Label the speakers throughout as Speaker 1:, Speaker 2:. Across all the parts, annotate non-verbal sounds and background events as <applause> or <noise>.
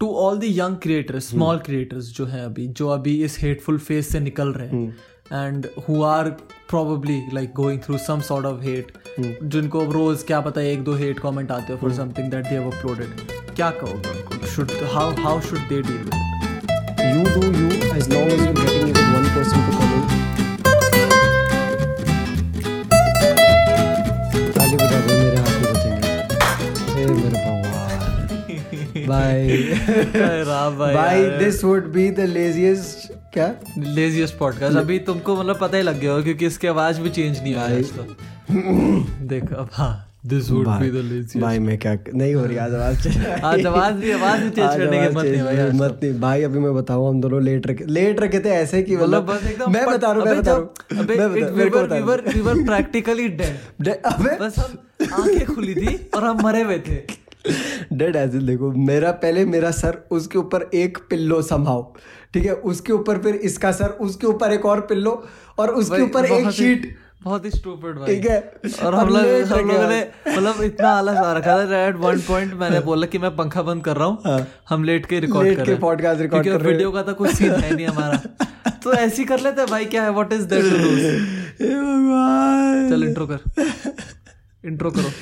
Speaker 1: To all the young creators
Speaker 2: Hmm.
Speaker 1: Small creators जो हैं अभी जो अभी इस हेटफुल फेज से निकल रहे
Speaker 2: Hmm.
Speaker 1: हैं and who are probably like going through some sort of hate
Speaker 2: Hmm.
Speaker 1: जिनको अब रोज क्या पता एक दो हेट कमेंट आते हो for something that they have uploaded क्या कहोगे should how how should they deal with
Speaker 2: You do you as long as you're getting even one person to comment. ताली बजा दो मेरे हाथ में बचेंगे ए मेरे भगवान भाई
Speaker 1: राव भाई
Speaker 2: भाई this would be the laziest क्या
Speaker 1: लेजीएस्ट पॉडकास्ट अभी तुमको मतलब पता ही लग गया होगा क्योंकि इसकी आवाज भी चेंज नहीं आई आज तक देख अब हाँ this would be the laziest
Speaker 2: भाई मैं क्या नहीं हो रही आज आवाज चेंज
Speaker 1: आज आवाज भी आवाज भी चेंज करने के मत नहीं भाई आज तो।
Speaker 2: मत नहीं भाई अभी मैं बताऊं हम दोनों लेट रखे लेट रखे थे ऐसे कि
Speaker 1: मतलब
Speaker 2: मतलब
Speaker 1: बस एकदम
Speaker 2: मैं
Speaker 1: पट-
Speaker 2: बता रहा हूं
Speaker 1: अबे
Speaker 2: मैं बता
Speaker 1: जब-
Speaker 2: रहा हूं
Speaker 1: अबे
Speaker 2: मैं
Speaker 1: it-
Speaker 2: बता-
Speaker 1: we
Speaker 2: मेरे को
Speaker 1: were-
Speaker 2: बता
Speaker 1: we
Speaker 2: रहा
Speaker 1: were- we were practically dead.
Speaker 2: हूं। डे- अबे
Speaker 1: बस हम आंखें खुली थी और हम मरे हुए थे
Speaker 2: डेड एज देखो मेरा पहले मेरा सर उसके ऊपर एक पिल्लो संभाव ठीक है उसके ऊपर फिर इसका सर उसके ऊपर एक और पिल्लो और उसके
Speaker 1: भाई,
Speaker 2: ऊपर एक
Speaker 1: बहुत ही-
Speaker 2: शीट
Speaker 1: बहुत ही स्टूपिड भाई
Speaker 2: ठीक है
Speaker 1: और हम लोग
Speaker 2: लेट
Speaker 1: हम
Speaker 2: रखे
Speaker 1: लोगों
Speaker 2: आज।
Speaker 1: ने मतलब इतना आलस आ रखा था एट वन पॉइंट मैंने बोला कि मैं पंखा बंद कर रहा हूँ हम लेट के रिकॉर्ड
Speaker 2: लेट
Speaker 1: कर
Speaker 2: हाँ। के
Speaker 1: रहे हैं।
Speaker 2: podcast record
Speaker 1: क्योंकि
Speaker 2: कर रहे हैं।
Speaker 1: वीडियो का तो कुछ सीन है नहीं
Speaker 2: <laughs>
Speaker 1: हमारा तो ऐसे ही कर लेते हैं भाई क्या है व्हाट इज दैट
Speaker 2: हे भगवान
Speaker 1: चल इंट्रो कर इंट्रो करो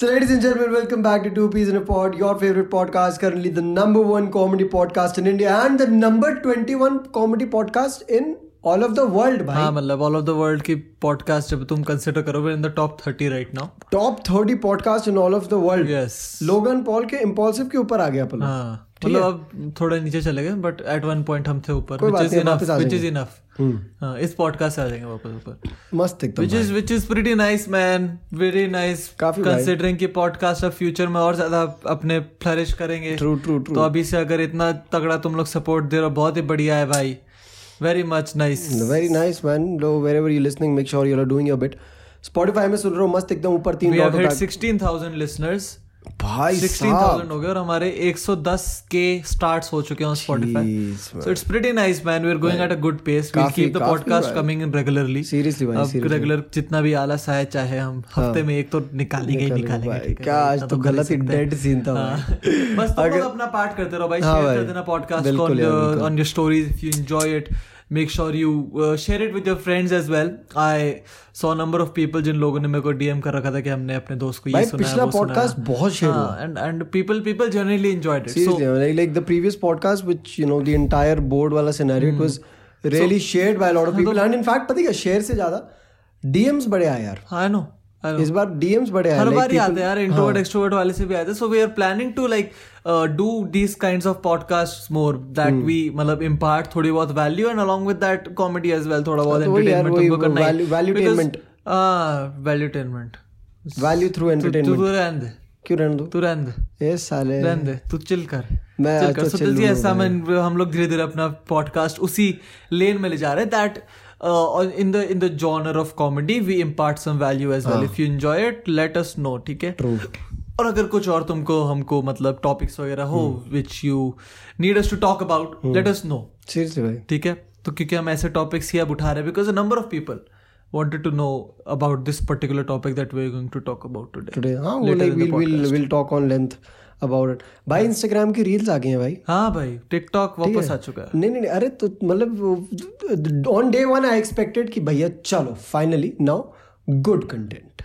Speaker 2: So, ladies and gentlemen, welcome back to Two Peas in a Pod, your favorite podcast, currently the number one comedy podcast in India and the number 21 comedy podcast in all of the world. Bhai.
Speaker 1: हाँ मतलब all of the world की podcast जब तुम consider करोगे in the top thirty right now
Speaker 2: Top 30 podcast in all of the world.
Speaker 1: Yes
Speaker 2: Logan Paul के Impaulsive के ऊपर आ गया अपन लोग।
Speaker 1: हाँ मतलब अब थोड़े नीचे चले गए बट एट वन पॉइंट हम थे ऊपर
Speaker 2: कोई
Speaker 1: विच
Speaker 2: बात
Speaker 1: इज
Speaker 2: नहीं,
Speaker 1: इनफ
Speaker 2: वापस आ
Speaker 1: विच इज
Speaker 2: जाएंगे।
Speaker 1: इनफ
Speaker 2: हम्म,
Speaker 1: हाँ, इस पॉडकास्ट से आ जाएंगे वापस ऊपर
Speaker 2: मस्त एकदम
Speaker 1: which is which is pretty nice man very nice
Speaker 2: तो काफी भाई।
Speaker 1: कंसिडरिंग कि पॉडकास्ट अब फ्यूचर में और ज्यादा अपने फ्लरिश करेंगे
Speaker 2: ट्रू ट्रू
Speaker 1: तो
Speaker 2: ट्रू
Speaker 1: अभी से अगर इतना तगड़ा तुम लोग सपोर्ट दे रहे हो बहुत ही बढ़िया है भाई very much nice
Speaker 2: very nice man लो wherever you listening make sure you are doing your bit Spotify में सुन रहे हो मस्त एकदम ऊपर तीन
Speaker 1: वी हैव
Speaker 2: dot
Speaker 1: हिट
Speaker 2: उठा-
Speaker 1: 16000 लिसनर्स
Speaker 2: भाई
Speaker 1: 16000 हो गए और हमारे 110 के स्टार्ट्स हो चुके हैं स्पॉटिफाई
Speaker 2: साहब
Speaker 1: so it's pretty nice man we are going at a good pace we
Speaker 2: काफी-
Speaker 1: कीप द
Speaker 2: काफी
Speaker 1: पॉडकास्ट
Speaker 2: भाई।
Speaker 1: कमिंग इन रेगुलरली
Speaker 2: सीरियसली भाई
Speaker 1: अब
Speaker 2: seriously. हाँ।
Speaker 1: रेगुलर जितना भी आलस आए चाहे हम हफ्ते में एक तो निकालेंगे ही
Speaker 2: निकालेंगे
Speaker 1: निकालेंगे
Speaker 2: भाई।
Speaker 1: ठीक है
Speaker 2: क्या
Speaker 1: भाई,
Speaker 2: आज
Speaker 1: इतना
Speaker 2: तो
Speaker 1: कर ही
Speaker 2: गलत ही
Speaker 1: सकते हैं।
Speaker 2: dead scene था
Speaker 1: हाँ।
Speaker 2: भाई।
Speaker 1: बस तुम
Speaker 2: अगर-
Speaker 1: लोग अपना पार्ट करते रहो भाई
Speaker 2: हाँ
Speaker 1: शेयर कर
Speaker 2: भाई,
Speaker 1: देना पॉडकास्ट
Speaker 2: बिल्कुल
Speaker 1: ऑन
Speaker 2: यार, बिल्कुल।
Speaker 1: On your stories if you enjoy it make sure you share it with your friends as well I saw number of people जिन लोगों ने मेरे को डीएम कर रखा था कि हमने अपने दोस्त को ये
Speaker 2: भाई,
Speaker 1: सुना है हाँ,
Speaker 2: पिछला
Speaker 1: वो सुना
Speaker 2: podcast बहुत share हुआ।
Speaker 1: And and people people generally enjoyed it so
Speaker 2: Seriously, like, like the previous podcast, which you know, the entire board wala scenario,
Speaker 1: Hmm.
Speaker 2: it was really shared by a lot of people. And in fact, पता है क्या share से ज्यादा DMs बड़े आए यार
Speaker 1: I know I
Speaker 2: इस बार DMs बड़े आए
Speaker 1: हर
Speaker 2: like
Speaker 1: बार ही
Speaker 2: people- हाँ।
Speaker 1: आते हैं यार इंट्रोवर्ट एक्सट्रोवर्ट वाले से भी आते हैं so we are planning to like do these kinds of podcast more
Speaker 2: Hmm.
Speaker 1: That we मतलब इम्पार्ट थोड़ी बहुत value and along with that comedy as well थोड़ा बहुत
Speaker 2: तो वही यार,
Speaker 1: एंटरटेनमेंट
Speaker 2: वही
Speaker 1: तुमको करना हाँ,
Speaker 2: value- value attainment.
Speaker 1: वैल्यूटेनमेंट
Speaker 2: value through
Speaker 1: तू
Speaker 2: entertainment.
Speaker 1: तू रहने दे
Speaker 2: क्यों रहने दो?
Speaker 1: तू रहने दे
Speaker 2: ये साले
Speaker 1: रहने दे तू चिल कर
Speaker 2: मैं
Speaker 1: चिल
Speaker 2: आज
Speaker 1: कर
Speaker 2: तो
Speaker 1: सो
Speaker 2: chill
Speaker 1: दिस
Speaker 2: हूँ
Speaker 1: ऐसा मैं हम लोग धीरे धीरे अपना पॉडकास्ट उसी लेन में ले जा रहे हैं uh, that in the in the genre of comedy we impart some value as well if you enjoy it let us know ठीक है
Speaker 2: हाँ। True.
Speaker 1: और अगर कुछ और तुमको हमको मतलब टॉपिक्स वगैरह हो
Speaker 2: Hmm.
Speaker 1: Which you need us to talk about let us know
Speaker 2: Seriously भाई
Speaker 1: ठीक है तो क्योंकि हम ऐसे टॉपिक्स ही अब उठा रहे हैं because a number of people wanted to know about this particular topic that we're going to talk about today
Speaker 2: today हाँ वो
Speaker 1: Later
Speaker 2: like
Speaker 1: in the
Speaker 2: we'll we'll we'll talk on length about it. भाई Instagram की reels आ गई हैं भाई
Speaker 1: हाँ भाई TikTok वापस आ चुका है
Speaker 2: नहीं नहीं नहीं, अरे तो मतलब on day one I expected कि भैया चलो फाइनली नाउ गुड कंटेंट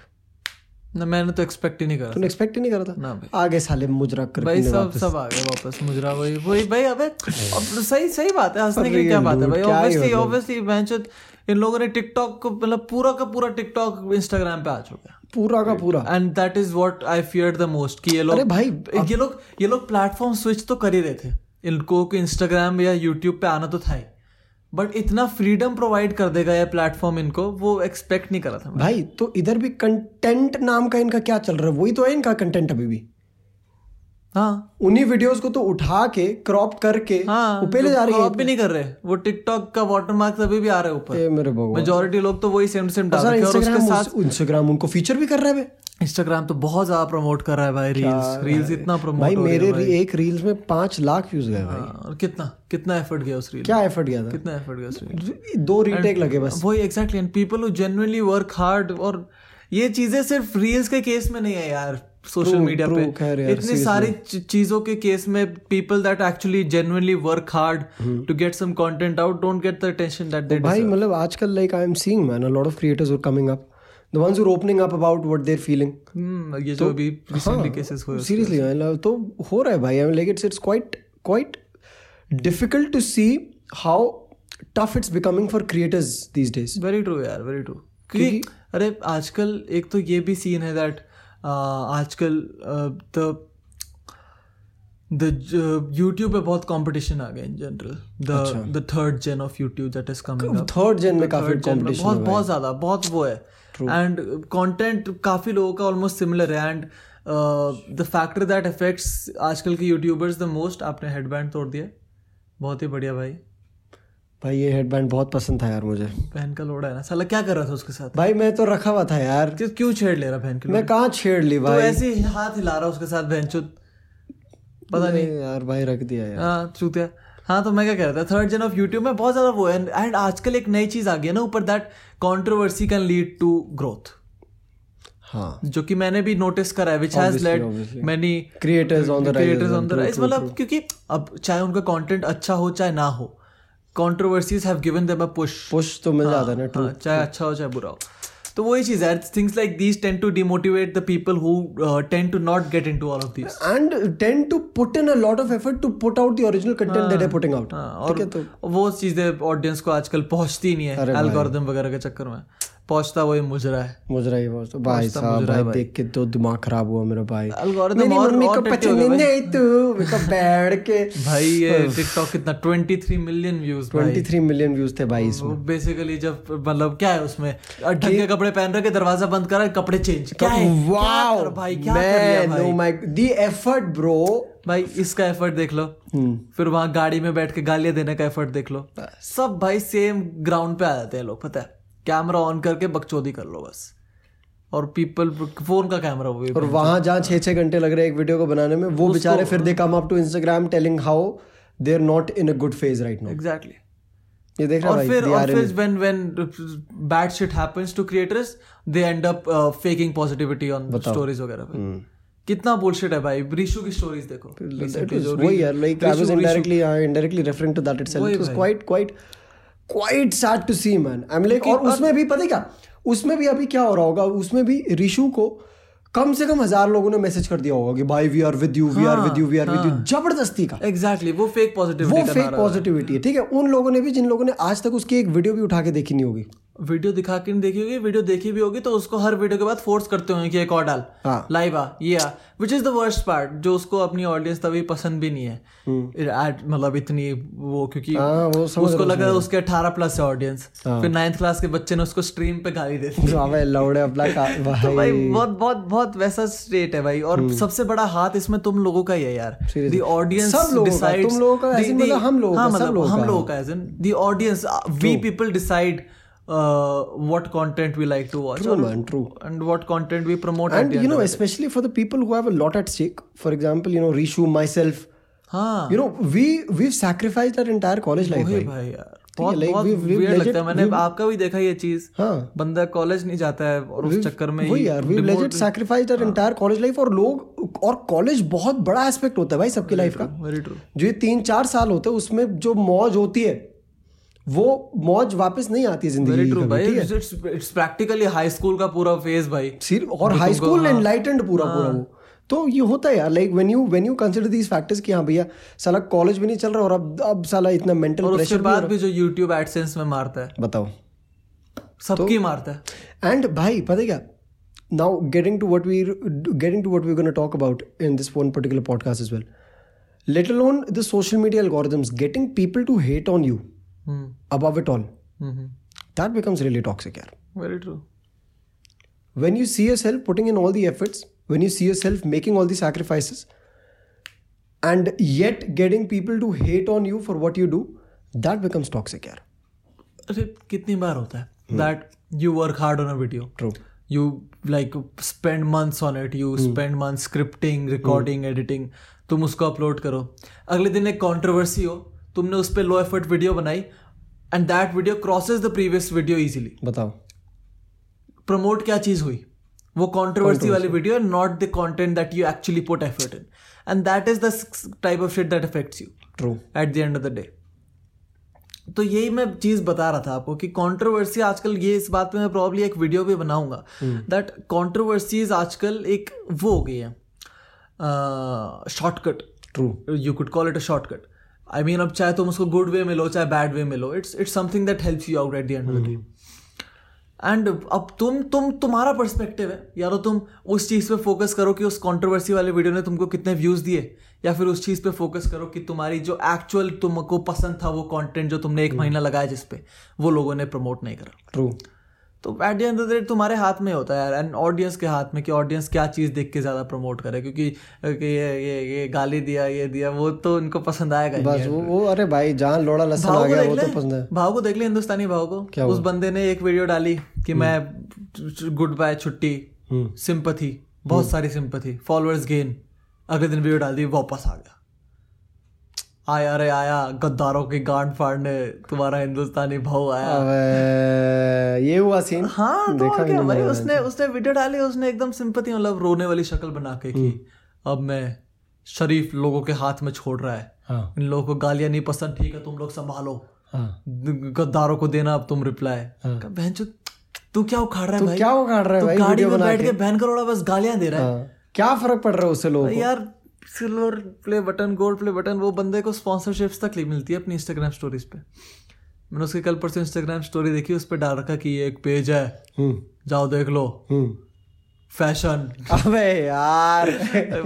Speaker 1: ना मैंने तो एक्सपेक्ट ही नहीं करा
Speaker 2: तूने एक्सपेक्ट ही नहीं करा था
Speaker 1: ना भाई
Speaker 2: आगे साले मुजरा कर
Speaker 1: भाई सब सब आ गए वापस मुजरा वही वही भाई अबे अब सही सही बात है हंसने की क्या बात है भाई
Speaker 2: क्या ही
Speaker 1: ऑब्वियसली ऑब्वियसली बेंचत इन लोगों ने टिकटॉक को मतलब पूरा का पूरा टिकटॉक इंस्टाग्राम पे आ चुका
Speaker 2: पूरा का पूरा
Speaker 1: है and that is what I feared the most कि ये
Speaker 2: हाँ। अरे
Speaker 1: लोग
Speaker 2: भाई
Speaker 1: ये लोग ये लोग प्लेटफॉर्म स्विच तो कर ही रहे थे इनको इंस्टाग्राम या यूट्यूब पे आना तो था ही बट इतना फ्रीडम प्रोवाइड कर देगा ये प्लेटफॉर्म इनको वो एक्सपेक्ट नहीं करा था मैंने।
Speaker 2: भाई तो इधर भी कंटेंट नाम का इनका क्या चल रहा है वही तो है इनका कंटेंट अभी भी
Speaker 1: हाँ
Speaker 2: उन्हीं वीडियोस को तो उठा के क्रॉप करके
Speaker 1: हाँ
Speaker 2: उपेले
Speaker 1: जो
Speaker 2: जा रही
Speaker 1: crop भी नहीं कर रहे वो टिकटॉक का वाटरमार्क अभी भी आ रहा है ऊपर
Speaker 2: है ए मेरे भगवान
Speaker 1: मेजोरिटी लोग तो वही सेम सेम डाल
Speaker 2: सर
Speaker 1: रखे हैं और उसके
Speaker 2: इंस्टाग्राम
Speaker 1: साथ
Speaker 2: इंस्टाग्राम उनको फीचर भी कर रहा है बे।
Speaker 1: इंस्टाग्राम तो बहुत ज्यादा प्रमोट कर रहा है भाई रील्स रील्स इतना
Speaker 2: भाई
Speaker 1: प्रमोट हो रही
Speaker 2: मेरे
Speaker 1: है
Speaker 2: री- एक रील्स में पाँच लाख व्यूज गए भाई
Speaker 1: हाँ, और कितना कितना एफर्ट गया उस रील
Speaker 2: क्या एफर्ट गया
Speaker 1: कितना एफर्ट गया उस रील
Speaker 2: था दो रीटेक लगे बस
Speaker 1: वही exactly and people who genuinely work hard और ये चीजें सिर्फ रील्स के केस में नहीं है यार सोशल
Speaker 2: True,
Speaker 1: मीडिया
Speaker 2: true, खैर
Speaker 1: पे
Speaker 2: यार,
Speaker 1: इतनी सारी चि- चीजों के केस में people that actually genuinely work hard to get some content out don't get the attention that they
Speaker 2: हम्म। भाई मतलब आजकल like I am seeing man a lot of creators are coming up the ones who are opening up about what they are feeling
Speaker 1: हम्म, ये
Speaker 2: तो-
Speaker 1: जो अभी
Speaker 2: हाँ,
Speaker 1: रिसेंटली केसेस हुए उसके।
Speaker 2: सीरियसली मतलब तो हो रहा है भाई I mean like it's it's quite quite difficult to see how tough it's becoming for creators these days
Speaker 1: very true यार वेरी ट्रू क्योंकि अरे आजकल एक तो ये भी सीन है दैट आजकल द द यूट्यूब पे बहुत कंपटीशन आ गया in general the the third gen of YouTube that is coming up
Speaker 2: third gen में काफी
Speaker 1: बहुत
Speaker 2: कंपटीशन
Speaker 1: बहुत ज्यादा बहुत वो है एंड कंटेंट काफी लोगों का ऑलमोस्ट सिमिलर है and the factor that affects आजकल के यूट्यूबर्स द मोस्ट आपने हेडबैंड तोड़ दिया बहुत ही बढ़िया भाई
Speaker 2: भाई ये हेडबैंड बहुत पसंद था यार मुझे
Speaker 1: बहन का लोड़ा है ना साला क्या कर रहा था उसके साथ
Speaker 2: भाई मैं तो रखा हुआ था यार
Speaker 1: क्यों क्यों छेड़ ले रहा बहन के
Speaker 2: मैं कहाँ छेड़ ली
Speaker 1: तो
Speaker 2: भाई
Speaker 1: ऐसे ही हाथ हिला रहा उसके साथ बहनचोद पता नहीं
Speaker 2: नहीं यार भाई रख दिया यार
Speaker 1: हाँ चूतिया हाँ तो मैं क्या कह रहा था थर्ड जन ऑफ यूट्यूब में बहुत ज्यादा वो है एंड आजकल एक नई चीज आ गई है ना ऊपर that controversy can lead to growth
Speaker 2: हाँ
Speaker 1: जो कि मैंने भी नोटिस करा है which has
Speaker 2: Obviously,
Speaker 1: led
Speaker 2: obviously.
Speaker 1: Many
Speaker 2: creators on the
Speaker 1: creators on the rise मतलब क्योंकि अब चाहे उनका कंटेंट अच्छा हो चाहे ना हो controversies have given them a push
Speaker 2: push तो मिल जाता है ना
Speaker 1: हाँ, चाहे अच्छा हो चाहे बुरा हो तो वही चीज है things like these tend to demotivate the people who tend to not get into all of these
Speaker 2: and tend to put in a lot of effort to put out the original content that they're putting out.
Speaker 1: हाँ, और
Speaker 2: तो
Speaker 1: वो चीजें audience को आजकल पहुंचती नहीं है एल्गोरिदम वगैरह के चक्कर में पहुंचता वही मुजरा है
Speaker 2: मुझे रही बात तो भाई साहब भाई देख के तो दिमाग खराब हुआ मेरा भाई
Speaker 1: Algorithm
Speaker 2: मेरी
Speaker 1: और-
Speaker 2: मम्मी
Speaker 1: और
Speaker 2: को
Speaker 1: dirty हो
Speaker 2: पचने
Speaker 1: गया भाई।
Speaker 2: नहीं तू मेरे को बैठ के
Speaker 1: <laughs> भाई
Speaker 2: <laughs>
Speaker 1: ये टिकटॉक कितना twenty three million views
Speaker 2: 23 million views थे भाई इसमें
Speaker 1: बेसिकली जब मतलब क्या है उसमें ढंग के कपड़े पहन रखे दरवाजा बंद करा कपड़े चेंज क्या है क्या
Speaker 2: वाओ
Speaker 1: कर भाई क्या कर लिया भाई
Speaker 2: द एफर्ट ब्रो
Speaker 1: भाई इसका एफर्ट देख लो फिर वहां गाड़ी में बैठ के गालियां देने का एफर्ट देख लो सब भाई सेम ग्राउंड पे आ जाते हैं लोग पता है कैमरा ऑन करके बकचोदी कर लो बस और पीपल फोन का कैमरा वो भी
Speaker 2: और वहां जहाँ छः छः घंटे लग रहे हैं एक वीडियो को बनाने में वो बेचारे फिर they come up to Instagram telling how they are not in a good phase right now
Speaker 1: exactly
Speaker 2: ये देख रहा
Speaker 1: और
Speaker 2: भाई
Speaker 1: फिर
Speaker 2: they
Speaker 1: और
Speaker 2: are in-
Speaker 1: फिर when when bad shit happens to creators they end up faking positivity on stories वगैरह
Speaker 2: हम्म।
Speaker 1: पे कितना बुलशिट है भाई रीशू की स्टोरीज देखो Recently जो
Speaker 2: वही यार like I was
Speaker 1: Rishu-
Speaker 2: indirectly indirectly referring to that itself it was quite quite quite sad to see man I am like और उसमें भी पता है क्या उसमें भी अभी क्या हो रहा होगा उसमें भी रिशु को कम से कम हजार लोगों ने मैसेज कर दिया होगा कि भाई we are with you we are with you we are with you जबरदस्ती का
Speaker 1: एग्जैक्टली वो फेक
Speaker 2: वो
Speaker 1: पॉजिटिविटी का
Speaker 2: फेक पॉजिटिविटी है ठीक है उन लोगों ने भी जिन लोगों ने आज तक उसकी एक वीडियो भी उठा के देखी नहीं होगी
Speaker 1: वीडियो दिखा के नहीं देखी होगी वीडियो देखी भी होगी तो उसको हर वीडियो के बाद फोर्स करते होंगे कि एक और डाल
Speaker 2: हाँ।
Speaker 1: लाइव आ ये आ which is the worst part जो उसको अपनी ऑडियंस तभी पसंद भी नहीं है Ad- मतलब इतनी वो क्योंकि
Speaker 2: हम्म। हाँ, वो समझ हाँ।
Speaker 1: उसको लगा उसके 18 प्लस है ऑडियंस फिर नाइन्थ क्लास के बच्चे ने उसको स्ट्रीम पे गाली दे दी
Speaker 2: वावे लौड़े अपना का
Speaker 1: <laughs> तो
Speaker 2: भाई हम्म।
Speaker 1: भाई बहुत बहुत बहुत वैसा स्टेट है भाई और सबसे बड़ा हाथ इसमें तुम लोगों का ही है यार
Speaker 2: Seriously.
Speaker 1: द ऑडियंस
Speaker 2: सब लोगों का,
Speaker 1: डिसाइड्स
Speaker 2: तुम लोगों का, as in मतलब हम लोगों
Speaker 1: हाँ,
Speaker 2: का, सब
Speaker 1: मतलब
Speaker 2: लोगों
Speaker 1: हम
Speaker 2: का।
Speaker 1: लोगों का as in the audience we people decide uh, what content we like to watch
Speaker 2: True,
Speaker 1: or-
Speaker 2: man, true.
Speaker 1: and what content we promote at
Speaker 2: and
Speaker 1: the
Speaker 2: you
Speaker 1: end
Speaker 2: know
Speaker 1: of it.
Speaker 2: especially for the people who have a lot at stake for example you know rishu myself
Speaker 1: हाँ
Speaker 2: you know we we've sacrificed our entire college life
Speaker 1: वही
Speaker 2: right?
Speaker 1: भाई यार बहुत
Speaker 2: like,
Speaker 1: बहुत
Speaker 2: we've- we've
Speaker 1: weird
Speaker 2: legit-
Speaker 1: लगता है मैंने आपका भी देखा ये चीज
Speaker 2: हाँ
Speaker 1: बंदा कॉलेज नहीं जाता है और उस चक्कर में हाँ।
Speaker 2: वही
Speaker 1: ही
Speaker 2: यार we've legit sacrificed our entire college life और लोग और कॉलेज बहुत बड़ा एस्पेक्ट होता है भाई सबकी लाइफ का
Speaker 1: वेरी ट्रू
Speaker 2: जो ये तीन चार साल होते हैं उसमें जो मौज होती है वो मौज वापस नहीं आती है जिंदगी
Speaker 1: वेरी
Speaker 2: की
Speaker 1: ट्रू
Speaker 2: कभी,
Speaker 1: भाई
Speaker 2: ठीक है?
Speaker 1: इट्स प्रैक्टिकली हाई स्कूल का पूरा फेज भाई
Speaker 2: सिर्फ और हाई
Speaker 1: तो
Speaker 2: स्कूल
Speaker 1: हाँ।
Speaker 2: एनलाइटेंड पूरा पूरा वो तो ये होता है यार like when you when you consider these factors कि हाँ भैया साला कॉलेज भी नहीं चल रहा और अब अब साला इतना मेंटल
Speaker 1: और उसके
Speaker 2: प्रेशर
Speaker 1: बाद भी जो YouTube AdSense में मारता है
Speaker 2: बताओ
Speaker 1: सबकी मारता है
Speaker 2: And भाई पता है क्या now getting to what we getting to what we're going to talk about in this one particular podcast as well let alone the social media algorithms getting people to hate on you
Speaker 1: hmm,
Speaker 2: above it all that becomes really toxic यार
Speaker 1: very true
Speaker 2: when you see yourself putting in all the efforts when you see yourself making all the sacrifices and yet getting people to hate on you for what you do that becomes toxic यार
Speaker 1: अरे कितनी बार होता है that you work hard on a video
Speaker 2: true
Speaker 1: you like spend months on it you spend month scripting recording editing तुम उसको upload करो अगले दिन एक कॉन्ट्रोवर्सी हो तुमने उस पर लो एफर्ट वीडियो बनाई and that video crosses the previous video easily
Speaker 2: बताओ
Speaker 1: प्रमोट क्या चीज़ हुई वो कॉन्ट्रोवर्सी वाली video and not the content that you actually put effort in and that is the type of shit that affects you
Speaker 2: true
Speaker 1: at the end of the day तो यही मैं चीज बता रहा था आपको कि कंट्रोवर्सी आजकल ये इस बात पे मैं प्रॉब्ली एक वीडियो भी बनाऊंगा दैट कंट्रोवर्सीज आजकल एक वो हो गई है shortcut
Speaker 2: true
Speaker 1: you could call it a shortcut I mean अब चाहे तुम उसको गुड वे में लो चाहे बैड वे में लो it's it's something that helps you out at the end of the day and अब तुम तुम तुम्हारा पर्सपेक्टिव है या तो तुम उस चीज़ पे फोकस करो कि उस कंट्रोवर्सी वाले वीडियो ने तुमको कितने व्यूज़ दिए या फिर उस चीज़ पे फोकस करो कि तुम्हारी जो एक्चुअल तुमको पसंद था वो कंटेंट जो तुमने एक महीना लगाया जिस पे वो लोगों ने प्रमोट नहीं करा
Speaker 2: ट्रू
Speaker 1: तो at the end of the day तुम्हारे हाथ में होता है यार एंड ऑडियंस के हाथ में कि ऑडियंस क्या चीज़ देख के ज़्यादा प्रमोट करे क्योंकि अ, कि ये ये ये गाली दिया ये दिया वो तो उनको पसंद आएगा ही
Speaker 2: बस
Speaker 1: यार।
Speaker 2: वो वो अरे भाई जहाँ लोड़ा लहसुन
Speaker 1: भाव
Speaker 2: आ
Speaker 1: को
Speaker 2: गया
Speaker 1: देख
Speaker 2: वो
Speaker 1: ले
Speaker 2: तो पसंद है
Speaker 1: भाव को देख ले हिंदुस्तानी भाव
Speaker 2: क्या
Speaker 1: को
Speaker 2: हुआ?
Speaker 1: उस बंदे ने एक वीडियो डाली कि मैं गुड बाय छुट्टी
Speaker 2: हम्म,
Speaker 1: सिंपथी बहुत सारी सिंपथी फॉलोअर्स गेन अगले दिन वीडियो डाल दी वापस आ गया आया रे आया गद्दारों के गांड फाड़ने तुम्हारा हिंदुस्तानी भाव आया
Speaker 2: अब ये हुआ सीन
Speaker 1: हाँ तो
Speaker 2: हाँ, देखा
Speaker 1: और
Speaker 2: भी
Speaker 1: क्या
Speaker 2: नहीं
Speaker 1: भाई
Speaker 2: मैंने।
Speaker 1: उसने उसने वीडियो डाली उसने एकदम सिंपथी मतलब रोने वाली शक्ल बना के की
Speaker 2: हम्म।
Speaker 1: अब मैं शरीफ लोगों के हाथ में छोड़ रहा है
Speaker 2: हाँ
Speaker 1: इन लोगों को गालियां नहीं पसंद ठीक है तुम लोग संभालो
Speaker 2: हाँ
Speaker 1: गद्दारों को देना अब तुम रिप्लाई
Speaker 2: हाँ।
Speaker 1: बहन तू क्या उखाड़ रहा है
Speaker 2: तो
Speaker 1: भाई
Speaker 2: क्या उखाड़ रहा है
Speaker 1: तू
Speaker 2: भाई
Speaker 1: गाड़ी
Speaker 2: वीडियो
Speaker 1: में
Speaker 2: बना
Speaker 1: बैठ
Speaker 2: के
Speaker 1: के बहन करोड़ा बस गालियां दे रहा है
Speaker 2: हाँ, क्या फर्क पड़ रहा है उससे लोगों
Speaker 1: भाई यार silver play button gold play button वो बंदे को स्पॉन्सरशिप्स तक नहीं मिलती है अपनी इंस्टाग्राम स्टोरीज पे मैंने उसके कल परसों इंस्टाग्राम स्टोरी देखी उस पर डाल रखा कि ये एक पेज है
Speaker 2: को हम्म,
Speaker 1: जाओ देख लो
Speaker 2: हम्म।
Speaker 1: फैशन
Speaker 2: अबे यार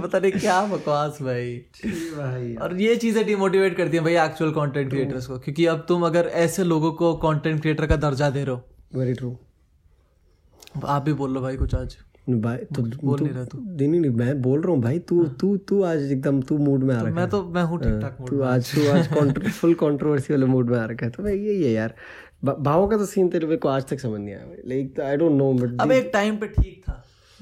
Speaker 1: पता नहीं क्या बकवास भाई
Speaker 2: <laughs> भाई
Speaker 1: और ये चीजें डिमोटिवेट करती हैं भाई एक्चुअल कंटेंट
Speaker 2: तो
Speaker 1: क्रिएटर्स को क्योंकि अब तुम अगर ऐसे लोगों को कंटेंट क्रिएटर का दर्जा दे रहे हो
Speaker 2: वेरी ट्रू
Speaker 1: अब आप भी बोल लो भाई कुछ आज
Speaker 2: भाई तो
Speaker 1: बोल नहीं रहा तू
Speaker 2: नहीं नहीं नहीं, मैं बोल रहा हूँ भाई तू तू तू आज एकदम तू मूड में आ रहा
Speaker 1: मैं तो मैं हूँ ठीक ठाक
Speaker 2: है तू आज तू आज फुल कंट्रोवर्सी वाले मूड में आ रखा है तो भाई यही है यार भ- भावों का तो सीन तेरे मेरे को आज तक समझ नहीं आया like I don't know but
Speaker 1: अब एक टाइम पे ठीक था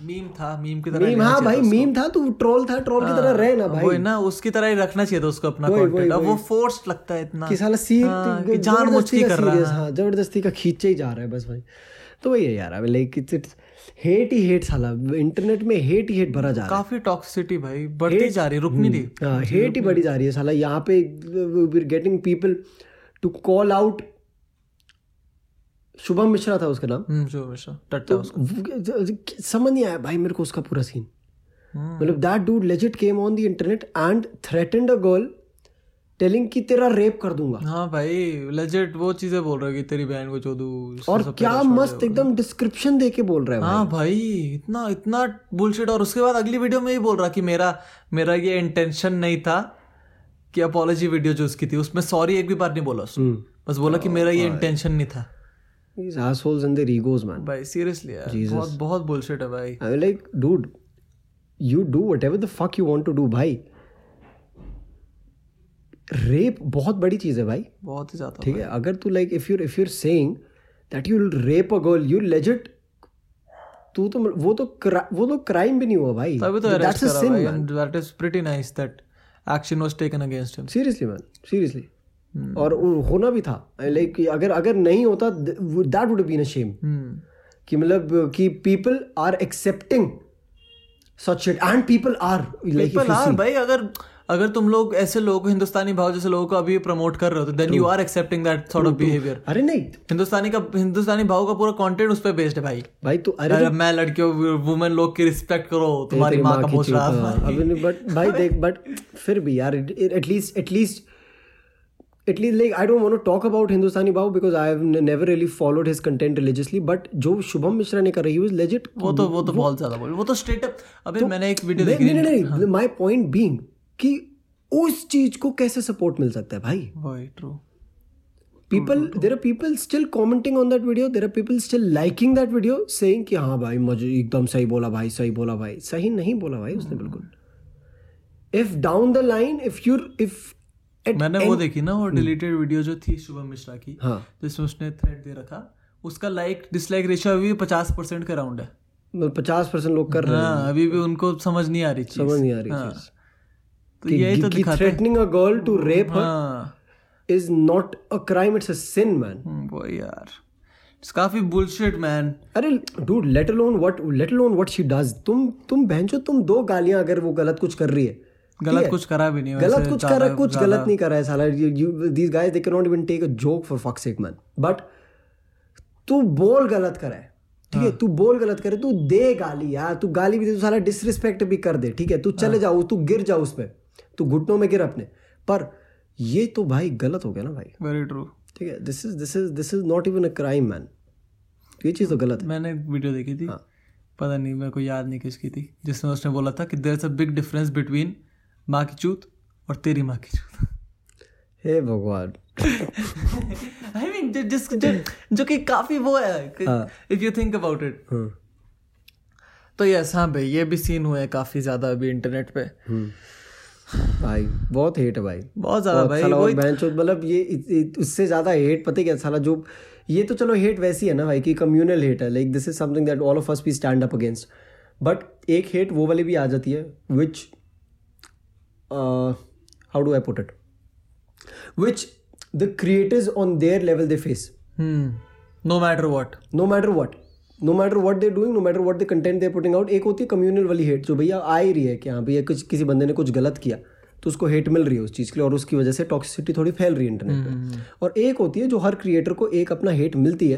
Speaker 1: मीम था मीम की तरह
Speaker 2: मीम हाँ भाई मीम था तू ट्रोल था ट्रोल की तरह रहे ना भाई
Speaker 1: वो है ना उसकी तरह ही रखना चाहिए था उसको अपना कंटेंट अब वो फोर्स लगता है इतना
Speaker 2: कि साला सीर तो
Speaker 1: हाँ,
Speaker 2: कि
Speaker 1: कि जान मुझ की कर रहा है
Speaker 2: है हाँ जबरदस्ती का खींचे ही जा रहा है बस भाई तो वही है यार अब लाइक इट्स इट्स हेट ही हेट साला इंटरनेट में हेट ही हेट भरा जा रहा है
Speaker 1: हाँ। काफी टॉक्सिसिटी भाई बढ़ती जा रही है, रुक नहीं रही
Speaker 2: हाँ हेट ही बढ़ी जा रही है साला यहाँ पे uh, we're getting people to call out Shubham Mishra था उसका नाम तो
Speaker 1: हम्म, जो हमेशा टट्टा उसको
Speaker 2: समझ नहीं आया भाई मेरे को उसका पूरा सीन
Speaker 1: हम्म।
Speaker 2: मतलब that dude legit came on the internet and threatened a girl telling कि तेरा रेप कर दूंगा
Speaker 1: हाँ भाई लेजिट वो चीजें बोल रहे हो कि तेरी बहन को चोदू इसको
Speaker 2: और
Speaker 1: सब
Speaker 2: क्या
Speaker 1: तेरा शौक
Speaker 2: मस्त एकदम डिस्क्रिप्शन दे के बोल रहा है
Speaker 1: है।
Speaker 2: भाई।
Speaker 1: हाँ भाई इतना इतना बुलशिट और उसके बाद अगली वीडियो में ही बोल रहा कि मेरा मेरा ये इंटेंशन नहीं था कि अपोलॉजी वीडियो जो उसकी थी उसमें सॉरी एक भी बार नहीं बोला उसने
Speaker 2: हम्म।
Speaker 1: बस बोला कि मेरा ये इंटेंशन नहीं था
Speaker 2: These assholes and their egos, man.
Speaker 1: भाई सीरियसली यार बहुत बहुत बुलशिट है भाई
Speaker 2: I mean, like, dude, you do whatever the fuck you want to do, भाई. रेप बहुत बड़ी चीज है भाई
Speaker 1: बहुत ही ज्यादा
Speaker 2: ठीक है अगर तू like if you're if you're saying that you rape a girl you legit तू तो वो तो क्रा- वो तो क्राइम भी नहीं हुआ भाई
Speaker 1: तभी तो अरेस्ट
Speaker 2: दैट्स अ
Speaker 1: करा
Speaker 2: सिन
Speaker 1: भाई and that is pretty nice that action was taken against him
Speaker 2: seriously man
Speaker 1: Hmm.
Speaker 2: Seriously और वो होना भी था लाइक अगर अगर नहीं होता that would been a shame
Speaker 1: hmm
Speaker 2: कि मतलब कि people are accepting such shit and people are like
Speaker 1: People are, भाई अगर अगर तुम लोग ऐसे लोगों को हिंदुस्तानी भाव जैसे लोगों को अभी प्रमोट कर रहे हो तो then you are accepting that sort of behaviour
Speaker 2: अरे नहीं
Speaker 1: हिंदुस्तानी का हिंदुस्तानी भाव का पूरा कंटेंट उस पर बेस्ड है भाई
Speaker 2: भाई तो
Speaker 1: <laughs>
Speaker 2: अरे
Speaker 1: अरे मैं लड़कियों वुमेन लोग की रिस्पेक्ट करो तुम्हारी
Speaker 2: तेरी
Speaker 1: माँ का
Speaker 2: की
Speaker 1: पहुंच रहा
Speaker 2: चूत, हाँ,
Speaker 1: था
Speaker 2: अभी नहीं बट भाई देख बट फिर भी यार at least at least at least like I don't want to talk about Hindustani Babu because I have never really followed his content religiously but जो शुभम मिश्रा ने कर रही वाज लेजिट
Speaker 1: वो तो वो तो बहुत ज्यादा बोल वो तो स्ट्रेट अप अबे मैंने एक वीडियो देखी
Speaker 2: नहीं नहीं नहीं
Speaker 1: हाँ।
Speaker 2: माय पॉइंट बीइंग कि उस चीज को कैसे सपोर्ट मिल सकता है भाई
Speaker 1: भाई true Hmm,
Speaker 2: people there are people still commenting on that video there are people still liking that video saying कि हाँ भाई मुझे एकदम सही बोला भाई सही बोला भाई सही नहीं बोला भाई उसने
Speaker 1: Hmm.
Speaker 2: बिल्कुल if down the line if you're if at,
Speaker 1: मैंने वो देखी ना वो
Speaker 2: Hmm.
Speaker 1: डिलीटेड वीडियो जो थी शुभम मिश्रा की
Speaker 2: हाँ
Speaker 1: जिसमें उसने थ्रेड दे रखा उसका लाइक डिसलाइक रेशियो अभी भी पचास परसेंट का राउंड है
Speaker 2: पचास परसेंट लोग कर रहे हैं
Speaker 1: हाँ अभी भी उनको समझ नहीं आ रही चीज
Speaker 2: समझ नहीं आ रही
Speaker 1: हाँ,
Speaker 2: चीज
Speaker 1: तो यही तो
Speaker 2: कि
Speaker 1: दिखाते हैं। Hmm,
Speaker 2: threatening a girl to rape her
Speaker 1: हाँ
Speaker 2: is not a crime it's a sin man
Speaker 1: हम्म, वही यार It's काफी bullshit, man.
Speaker 2: अरे dude let alone what let alone what she does तुम तुम बहनचो तुम दो गालियां अगर वो गलत कुछ कर रही है
Speaker 1: गलत कुछ करा भी नहीं
Speaker 2: गलत
Speaker 1: वैसे,
Speaker 2: कुछ
Speaker 1: ज्यादा-
Speaker 2: कर रहा कुछ
Speaker 1: ज्यादा-
Speaker 2: गलत नहीं कर रहा है साला these guys they can not even take a joke for fuck sake man but तू बोल गलत कर रहा है ठीक
Speaker 1: हाँ।
Speaker 2: है तू बोल गलत करे तू दे गाली यार तू गाली भी दे तू साला डिसरिस्पेक्ट भी कर दे ठीक है तू
Speaker 1: हाँ।
Speaker 2: चले जाओ तू गिर जाओ उस पर तू घुटनों में गिर अपने पर ये तो भाई गलत हो गया ना भाई
Speaker 1: Very true.
Speaker 2: ठीक है this is this is this is not even a crime man ये चीज़ तो गलत है
Speaker 1: मैंने एक वीडियो देखी थी
Speaker 2: हाँ।
Speaker 1: पता नहीं मेरे को याद नहीं किसकी थी जिसमें उसने बोला था कि there is a big difference between माँ की चूत और तेरी माँ की चूत
Speaker 2: हे भगवान
Speaker 1: आई मीन जिस जो, जो कि काफी वो है
Speaker 2: हाँ।
Speaker 1: If you think about it
Speaker 2: हाँ
Speaker 1: तो यस हाँ भाई ये भी सीन हुआ है काफी ज्यादा अभी इंटरनेट पे
Speaker 2: हम्म। भाई बहुत हेट है भाई
Speaker 1: बहुत ज्यादा
Speaker 2: और
Speaker 1: भाई
Speaker 2: साला और
Speaker 1: वही
Speaker 2: बहनचोद मतलब ये इत- इत- उससे ज्यादा हेट पता है क्या साला जो ये तो चलो हेट वैसी है ना भाई कि कम्युनल हेट है like this is something that all of us we stand up against but एक हेट वो वाली भी आ जाती है uh, which how do I put it which the creators on their level they face
Speaker 1: hmm no matter what
Speaker 2: no matter what no matter what they doing no matter what they content they putting out एक होती है communal वाली hate जो भैया आ ही रही है कि हाँ भैया कुछ किसी बंदे ने कुछ गलत किया तो उसको हेट मिल रही है उस चीज़ के लिए और उसकी वजह से टॉक्सिसिटी थोड़ी फैल रही है इंटरनेट पे और एक होती है जो हर क्रिएटर को एक अपना हेट मिलती है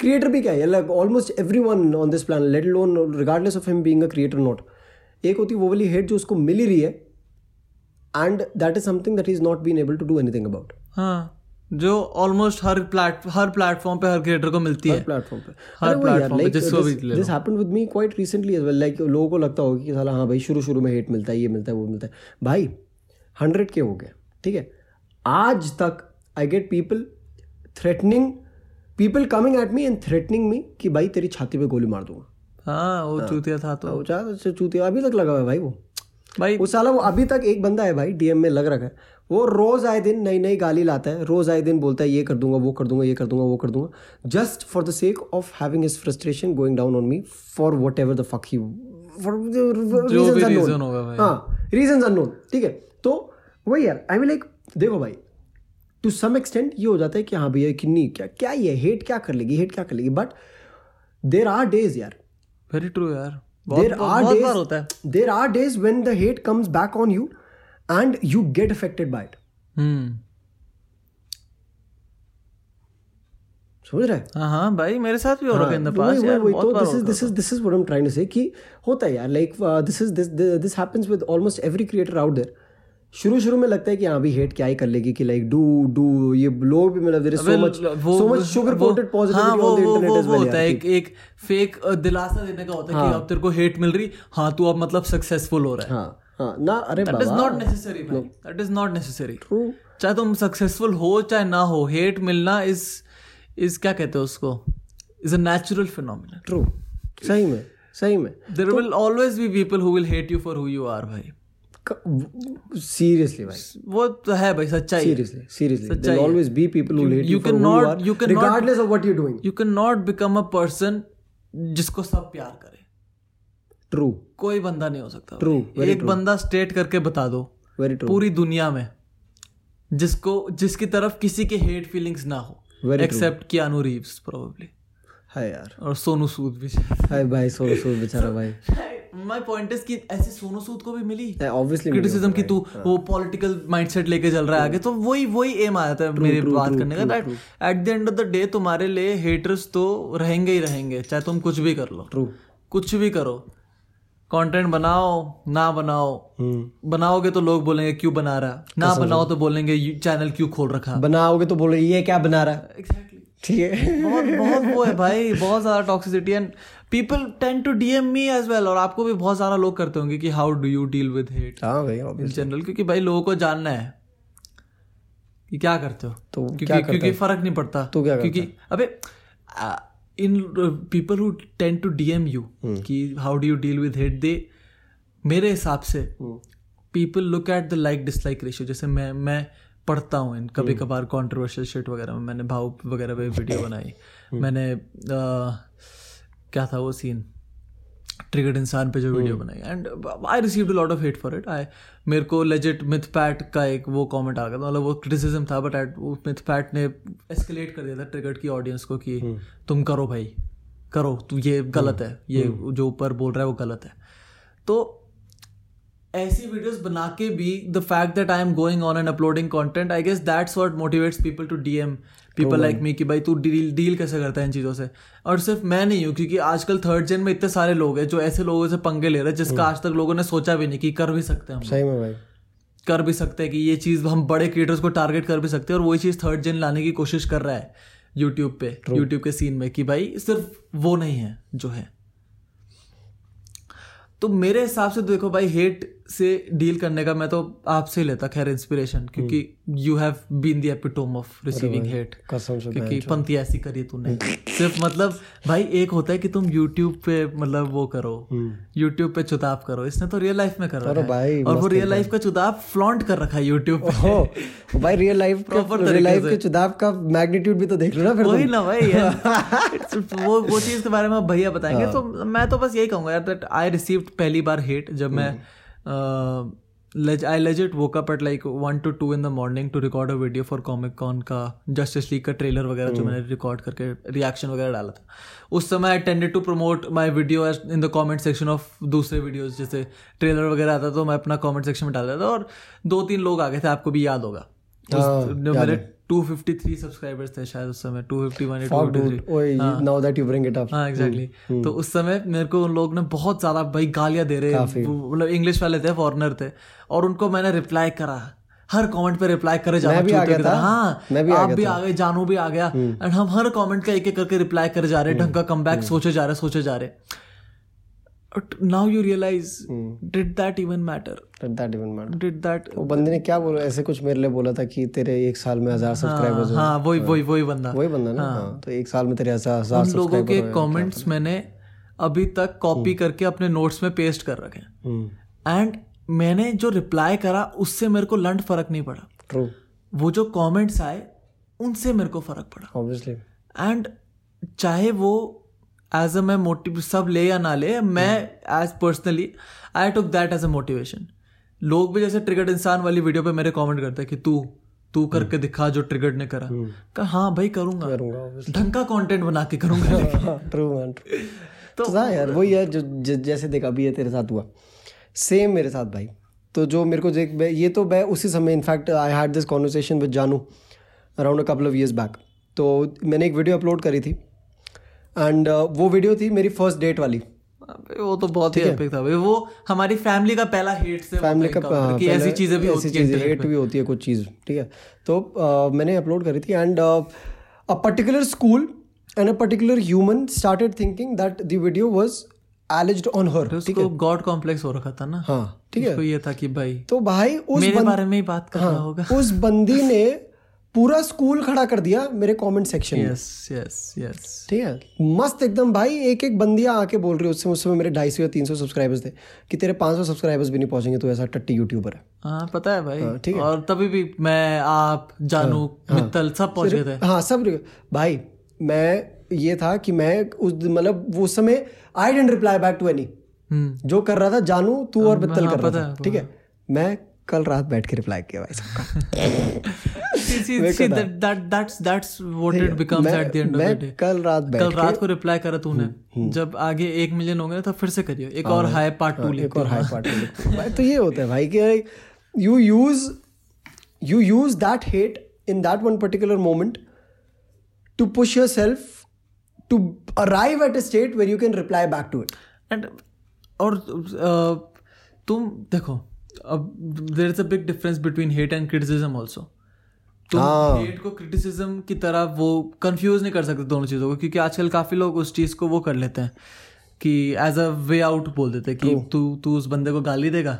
Speaker 2: क्रिएटर भी क्या है like almost every one on this plan let alone regardless of him being a creator not एक होती है वो वाली हेट जो उसको मिल ही रही है and that is something that is not been able to do anything about
Speaker 1: हाँ जो ऑलमोस्ट हर प्लेट हर प्लेटफॉर्म पे हर क्रिएटर को मिलती है
Speaker 2: प्लेटफॉर्म पे
Speaker 1: हर
Speaker 2: अरे वो यार,
Speaker 1: platform पे
Speaker 2: like,
Speaker 1: जिसको भी
Speaker 2: this-
Speaker 1: ले
Speaker 2: this happened with me quite recently as well. Like, लोगों को लगता होगा कि साला हाँ भाई शुरू शुरू में हेट मिलता है ये मिलता है वो मिलता है भाई हंड्रेड के हो गए ठीक है आज तक I get people threatening people coming at me and threatening me कि भाई तेरी छाती पे गोली मार दूंगा
Speaker 1: हाँ वो चूतिया था तो
Speaker 2: वो चाहे चूतिया अभी तक लगा हुआ है भाई वो
Speaker 1: भाई
Speaker 2: वो साला वो अभी तक एक बंदा है भाई डीएम में लग रखा है वो रोज आए दिन नई नई गाली लाता है रोज आए दिन बोलता है ये कर दूंगा वो कर दूंगा ये कर दूंगा वो कर दूंगा just for the sake of having his frustration going down on me for whatever the fuck ही
Speaker 1: जो भी रीजन होगा भाई
Speaker 2: हाँ रीजन अननोन ठीक है तो वही यार आई मीन लाइक देखो भाई टू सम एक्सटेंट ये हो जाता है कि हाँ भैया कि नहीं क्या क्या ये हेट क्या कर लेगी हेट क्या कर लेगी बट देर आर डेज यार
Speaker 1: वेरी ट्रू यार बहुत
Speaker 2: there are
Speaker 1: बहुत
Speaker 2: days
Speaker 1: बार होता है
Speaker 2: there are days when the hate comes back on you and you get affected by it
Speaker 1: हम्म
Speaker 2: समझ रहा है
Speaker 1: हाँ हाँ भाई मेरे साथ भी हो रखा है इन द
Speaker 2: वही
Speaker 1: पास
Speaker 2: वही
Speaker 1: यार
Speaker 2: वही तो
Speaker 1: बहुत बार
Speaker 2: दिस इज
Speaker 1: होता
Speaker 2: this is this is what I am trying to say कि होता है यार uh, like this is this this happens with almost every creator out there शुरू शुरू में लगता है कि हाँ भी हेट क्या ही कर लेगी कि लाइक डू डू ये लोग भी मतलब देयर इज
Speaker 1: है।
Speaker 2: सो मच
Speaker 1: वो-
Speaker 2: सो मच शुगर कोटेड
Speaker 1: वो- uh, हाँ,
Speaker 2: पॉजिटिविटी
Speaker 1: वो-
Speaker 2: ऑन द
Speaker 1: वो-
Speaker 2: इंटरनेट
Speaker 1: वो-
Speaker 2: एज
Speaker 1: वो
Speaker 2: वेल
Speaker 1: होता है एक एक फेक दिलासा देने का होता है
Speaker 2: हाँ।
Speaker 1: कि अब तेरे को हेट मिल रही हाँ तू अब मतलब सक्सेसफुल हो रहा है
Speaker 2: हां हां हाँ, ना अरे
Speaker 1: दैट इज
Speaker 2: बाबा
Speaker 1: not necessary that is not necessary
Speaker 2: true
Speaker 1: चाहे तुम सक्सेसफुल हो चाहे ना हो हेट मिलना इज इज क्या कहते हैं उसको is a natural phenomena
Speaker 2: true सही में सही में
Speaker 1: there will always be people who will hate you for who you are भाई
Speaker 2: सीरियसली भाई
Speaker 1: वो तो है भाई सच्चाई
Speaker 2: seriously seriously
Speaker 1: सच्चाई
Speaker 2: there'll
Speaker 1: है।
Speaker 2: always be people who hate you,
Speaker 1: you
Speaker 2: for
Speaker 1: cannot-
Speaker 2: who you, are,
Speaker 1: you cannot-
Speaker 2: regardless of what you're doing
Speaker 1: you can not become a person जिसको सब प्यार करे
Speaker 2: true
Speaker 1: कोई बंदा नहीं हो सकता
Speaker 2: True,
Speaker 1: भाई। एक बंदा स्टेट करके बता दो
Speaker 2: very true
Speaker 1: पूरी दुनिया में जिसको जिसकी तरफ किसी के हेट फीलिंग्स ना हो
Speaker 2: Very true.
Speaker 1: Except Keanu Reeves probably
Speaker 2: hi यार
Speaker 1: और सोनू सूद भी
Speaker 2: hi भाई सो सो बेचारा भाई
Speaker 1: माय पॉइंट इज कि ऐसे सोनू सूद को भी मिली
Speaker 2: Yeah, obviously मेरे
Speaker 1: क्रिटिसिज्म की तू
Speaker 2: हाँ।
Speaker 1: वो पॉलिटिकल माइंडसेट लेके चल रहा है आगे तो वही वही एम आ जाता है मेरी बात करने का that at the end of the day तुम्हारे लिए हेटर्स तो रहेंगे ही रहेंगे चाहे तुम कुछ भी कर लो
Speaker 2: true
Speaker 1: कुछ भी करो कंटेंट बनाओ ना बनाओ
Speaker 2: Hmm.
Speaker 1: बनाओगे तो लोग बोलेंगे क्यों बना रहा ना बनाओ तो बोलेंगे चैनल क्यों खोल रखा
Speaker 2: बनाओगे तो बोलो ये क्या बना रहा है
Speaker 1: एग्जैक्टली
Speaker 2: ठीक <laughs> है
Speaker 1: बहुत बहुत वो है <laughs> भाई बहुत ज्यादा toxicity and people tend to DM me as well और आपको भी बहुत सारा लोग करते होंगे कि how do you deal with hate
Speaker 2: हाँ भाई
Speaker 1: इन
Speaker 2: obviously
Speaker 1: जनरल क्योंकि भाई लोगों को जानना है कि क्या करते हो
Speaker 2: तो
Speaker 1: क्योंकि
Speaker 2: क्या करता
Speaker 1: क्योंकि फर्क नहीं पड़ता
Speaker 2: तो क्या करता
Speaker 1: क्योंकि अबे आ, in people who tend to DM you
Speaker 2: hmm.
Speaker 1: कि how do you deal with hate they मेरे हिसाब से
Speaker 2: Hmm.
Speaker 1: People look at the like dislike ratio जैसे मैं मैं पढ़ता हूँ इन कभी कभार कॉन्ट्रोवर्शियल शिट वगैरह में मैंने भाव वगैरह पे वीडियो बनाई मैंने आ, क्या था वो सीन ट्रिगर्ड इंसान पे जो वीडियो बनाई and I received lot of hate for it I मेरे को लेजिट मिथ पैट का एक वो कमेंट आ गया था मतलब वो क्रिटिसिज्म था बट एट मिथ पैट ने एस्केलेट कर दिया था ट्रिगर्ड की ऑडियंस को कि तुम करो भाई करो तू ये गलत है ये जो ऊपर बोल रहा है वो गलत है तो ऐसी वीडियोस बना के भी the fact that I am going on and uploading content I guess that's what motivates people to DM people like me कि भाई तू डील डील कैसे करता है इन चीज़ों से और सिर्फ मैं नहीं हूँ क्योंकि आजकल थर्ड जेन में इतने सारे लोग हैं जो ऐसे लोगों से पंगे ले रहे हैं जिसका आज तक लोगों ने सोचा भी नहीं कि कर भी सकते हैं हम
Speaker 2: सही में भाई
Speaker 1: कर भी सकते हैं कि ये चीज़ हम बड़े क्रिएटर्स को टारगेट कर भी सकते हैं और वही चीज़ थर्ड जेन लाने की कोशिश कर रहा है यूट्यूब पे यूट्यूब के सीन में कि भाई सिर्फ वो नहीं है जो है तो मेरे हिसाब से देखो भाई हेट से डील करने का मैं तो आपसे ही लेता खैर इंस्पिरेशन क्योंकि you have been the epitome of receiving hate
Speaker 2: कसम से
Speaker 1: क्योंकि पंक्ति ऐसी करी तूने सिर्फ मतलब भाई एक होता है कि तुम YouTube पे मतलब वो करो YouTube पे चुताव करो इसने तो रियल लाइफ में कर
Speaker 2: हम्म। अरे
Speaker 1: रखा
Speaker 2: भाई,
Speaker 1: है और वो
Speaker 2: मस्त
Speaker 1: रियल लाइफ का चुताव फ्लॉन्ट कर रखा है YouTube पे
Speaker 2: Oh, हो भाई रियल लाइफ का
Speaker 1: Proper
Speaker 2: रियल
Speaker 1: तरीके
Speaker 2: लाइफ
Speaker 1: से।
Speaker 2: के चुदाव का मैग्नीट्यूड भी तो देख लो ना फिर
Speaker 1: वही
Speaker 2: तुम।
Speaker 1: ना भाई
Speaker 2: <laughs>
Speaker 1: it's- वो वो चीज के बारे में आप भैया बताएंगे
Speaker 2: हाँ।
Speaker 1: तो मैं तो बस यही कहूंगा यार दैट आई रिसीव पहली बार हेट जब मैं
Speaker 2: हम्म।
Speaker 1: I legit woke up at like one two two in the morning to record a video for Comic Con का जस्टिस लीग का ट्रेलर वगैरह
Speaker 2: हम्म।
Speaker 1: जो मैंने रिकॉर्ड करके रिएक्शन वगैरह डाला था उस समय I tended to promote my video in the comment section of दूसरे वीडियोज जैसे ट्रेलर वगैरह आता तो मैं अपना कॉमेंट सेक्शन में डाल रहा था और दो तीन लोग आ गए थे आपको भी याद होगा उस-
Speaker 2: हाँ,
Speaker 1: जो मेरे 253 सब्सक्राइबर्स थे शायद उस समय 251 या
Speaker 2: Fuck, dude. Hmm,
Speaker 1: 253
Speaker 2: ओए, now that you bring it up.
Speaker 1: हाँ एग्जैक्टली तो उस समय मेरे को उन लोग ने बहुत ज़्यादा भाई गालियाँ दे रहे वो- मतलब इंग्लिश वाले थे फॉरनर थे और उनको मैंने रिप्लाई करा हर कमेंट पे रिप्लाई करे जा रहा
Speaker 2: मैं भी
Speaker 1: हूं,
Speaker 2: आ
Speaker 1: चूतिया
Speaker 2: गया
Speaker 1: की तरह।
Speaker 2: था।
Speaker 1: हाँ
Speaker 2: मैं भी आ
Speaker 1: आप
Speaker 2: गया Hmm।
Speaker 1: भी आ गए जानू भी आ गया एंड हम हर कमेंट का एक एक करके रिप्लाई करे जा रहे ढंग का कम सोचे जा रहे सोचे जा रहे now you realize
Speaker 2: Hmm।
Speaker 1: Did that even matter
Speaker 2: But that even matter.
Speaker 1: Did that
Speaker 2: वो बंदे ने क्या बोला ऐसे कुछ मेरे लिए बोला था कि तेरे एक साल में हजार सब्सक्राइबर्स
Speaker 1: हाँ वही वही वही बंदा
Speaker 2: वही बंदा ना हाँ, तो एक साल में तेरे हजार हजार
Speaker 1: उन लोगों के कमेंट्स मैंने अभी तक कॉपी करके अपने नोट्स में पेस्ट कर रखे
Speaker 2: हम्म,
Speaker 1: एंड मैंने जो रिप्लाई करा उससे मेरे को लंट फर्क नहीं पड़ा
Speaker 2: ट्रू
Speaker 1: वो जो कमेंट्स आए उनसे मेरे को फर्क पड़ा
Speaker 2: ऑब्वियसली
Speaker 1: एंड चाहे वो एज अ मैं मोटिव सब ले या ना ले मैं as personally I took that as a motivation लोग भी जैसे ट्रिगर्ड इंसान वाली वीडियो पे मेरे कमेंट करते हैं कि तू तू करके दिखा जो ट्रिगर्ड ने करा कहा हाँ भाई करूंगा
Speaker 2: करूंगा obviously. हाँ,
Speaker 1: ढंग का कंटेंट बना के करूंगा लेकिन
Speaker 2: ट्रू मैन तो था यार वही है जो ज- जैसे देख अभी ये तेरे साथ हुआ सेम मेरे साथ भाई तो जो मेरे को देख मैं- ये तो मैं उसी समय in fact I had this conversation with Jaanu around a couple of years back तो मैंने एक वीडियो अपलोड करी थी एंड वो वीडियो थी मेरी फर्स्ट डेट वाली
Speaker 1: अबे वो तो बहुत ही एपिक था भाई वो हमारी फैमिली का पहला हेट से
Speaker 2: फैमिली का
Speaker 1: encounter
Speaker 2: हाँ,
Speaker 1: कि
Speaker 2: पहले
Speaker 1: ऐसी चीजें भी
Speaker 2: ऐसी
Speaker 1: होती हैं
Speaker 2: चीजें
Speaker 1: internet
Speaker 2: हेट भी होती है कुछ चीज़ ठीक है तो अ, मैंने अपलोड करी थी and a particular school and a particular human started thinking that the video was alleged on
Speaker 1: पे।
Speaker 2: हर
Speaker 1: उसको गॉड कॉम्प्लेक्स हो रखा था ना
Speaker 2: हाँ ठीक है
Speaker 1: उसको ये था कि भाई
Speaker 2: तो भाई उस
Speaker 1: मेरे
Speaker 2: बंद-
Speaker 1: बारे में ही बात कर रहा होगा
Speaker 2: हाँ, उस बंदी ने पूरा स्कूल खड़ा कर दिया मेरे कमेंट सेक्शन में
Speaker 1: यस यस यस
Speaker 2: ठीक है मस्त एकदम भाई एक एक बंदियां आके बोल रही है उससे उस समय मेरे ढाई सौ या तीन सौ सब्सक्राइबर्स थे कि तेरे पाँच सौ सब्सक्राइबर्स भी नहीं पहुंचेंगे तो ऐसा टट्टी यूट्यूबर है
Speaker 1: हाँ पता है भाई
Speaker 2: ठीक है।
Speaker 1: और तभी भी मैं आप जानू मित्तल सब पहुंच गए थे
Speaker 2: हाँ सब भाई मैं ये था कि मैं उस मतलब वो उस समय I didn't reply back to any
Speaker 1: hmm
Speaker 2: जो कर रहा था जानू तू और बित्तल
Speaker 1: हाँ,
Speaker 2: कर रहा
Speaker 1: पता
Speaker 2: था
Speaker 1: है, हाँ।
Speaker 2: ठीक है मैं कल रात बैठ के रिप्लाई किया भाई सबका
Speaker 1: See, see, see, that that that's that's what it becomes at the end of the
Speaker 2: मैं
Speaker 1: day
Speaker 2: कल रात
Speaker 1: कल
Speaker 2: बैठ हम्म,
Speaker 1: रात को रिप्लाई करा तूने जब आगे एक मिलियन होंगे ना तो फिर से करियो
Speaker 2: हाँ,
Speaker 1: एक और हाई पार्ट टू
Speaker 2: एक और हाई पार्टी लिखते हैं। भाई तो ये होता है भाई कि you use you use that hate in that one particular moment to push yourself to arrive at a state where you can reply back to it
Speaker 1: and और अ, तुम देखो अब there is a big difference between hate and criticism also तुम hate को criticism की तरह वो कंफ्यूज नहीं कर सकते दोनों चीज़ों को क्योंकि आजकल काफ़ी लोग उस चीज़ को वो कर लेते हैं कि एज अ वे आउट बोल देते हैं कि तू तू उस बंदे को गाली देगा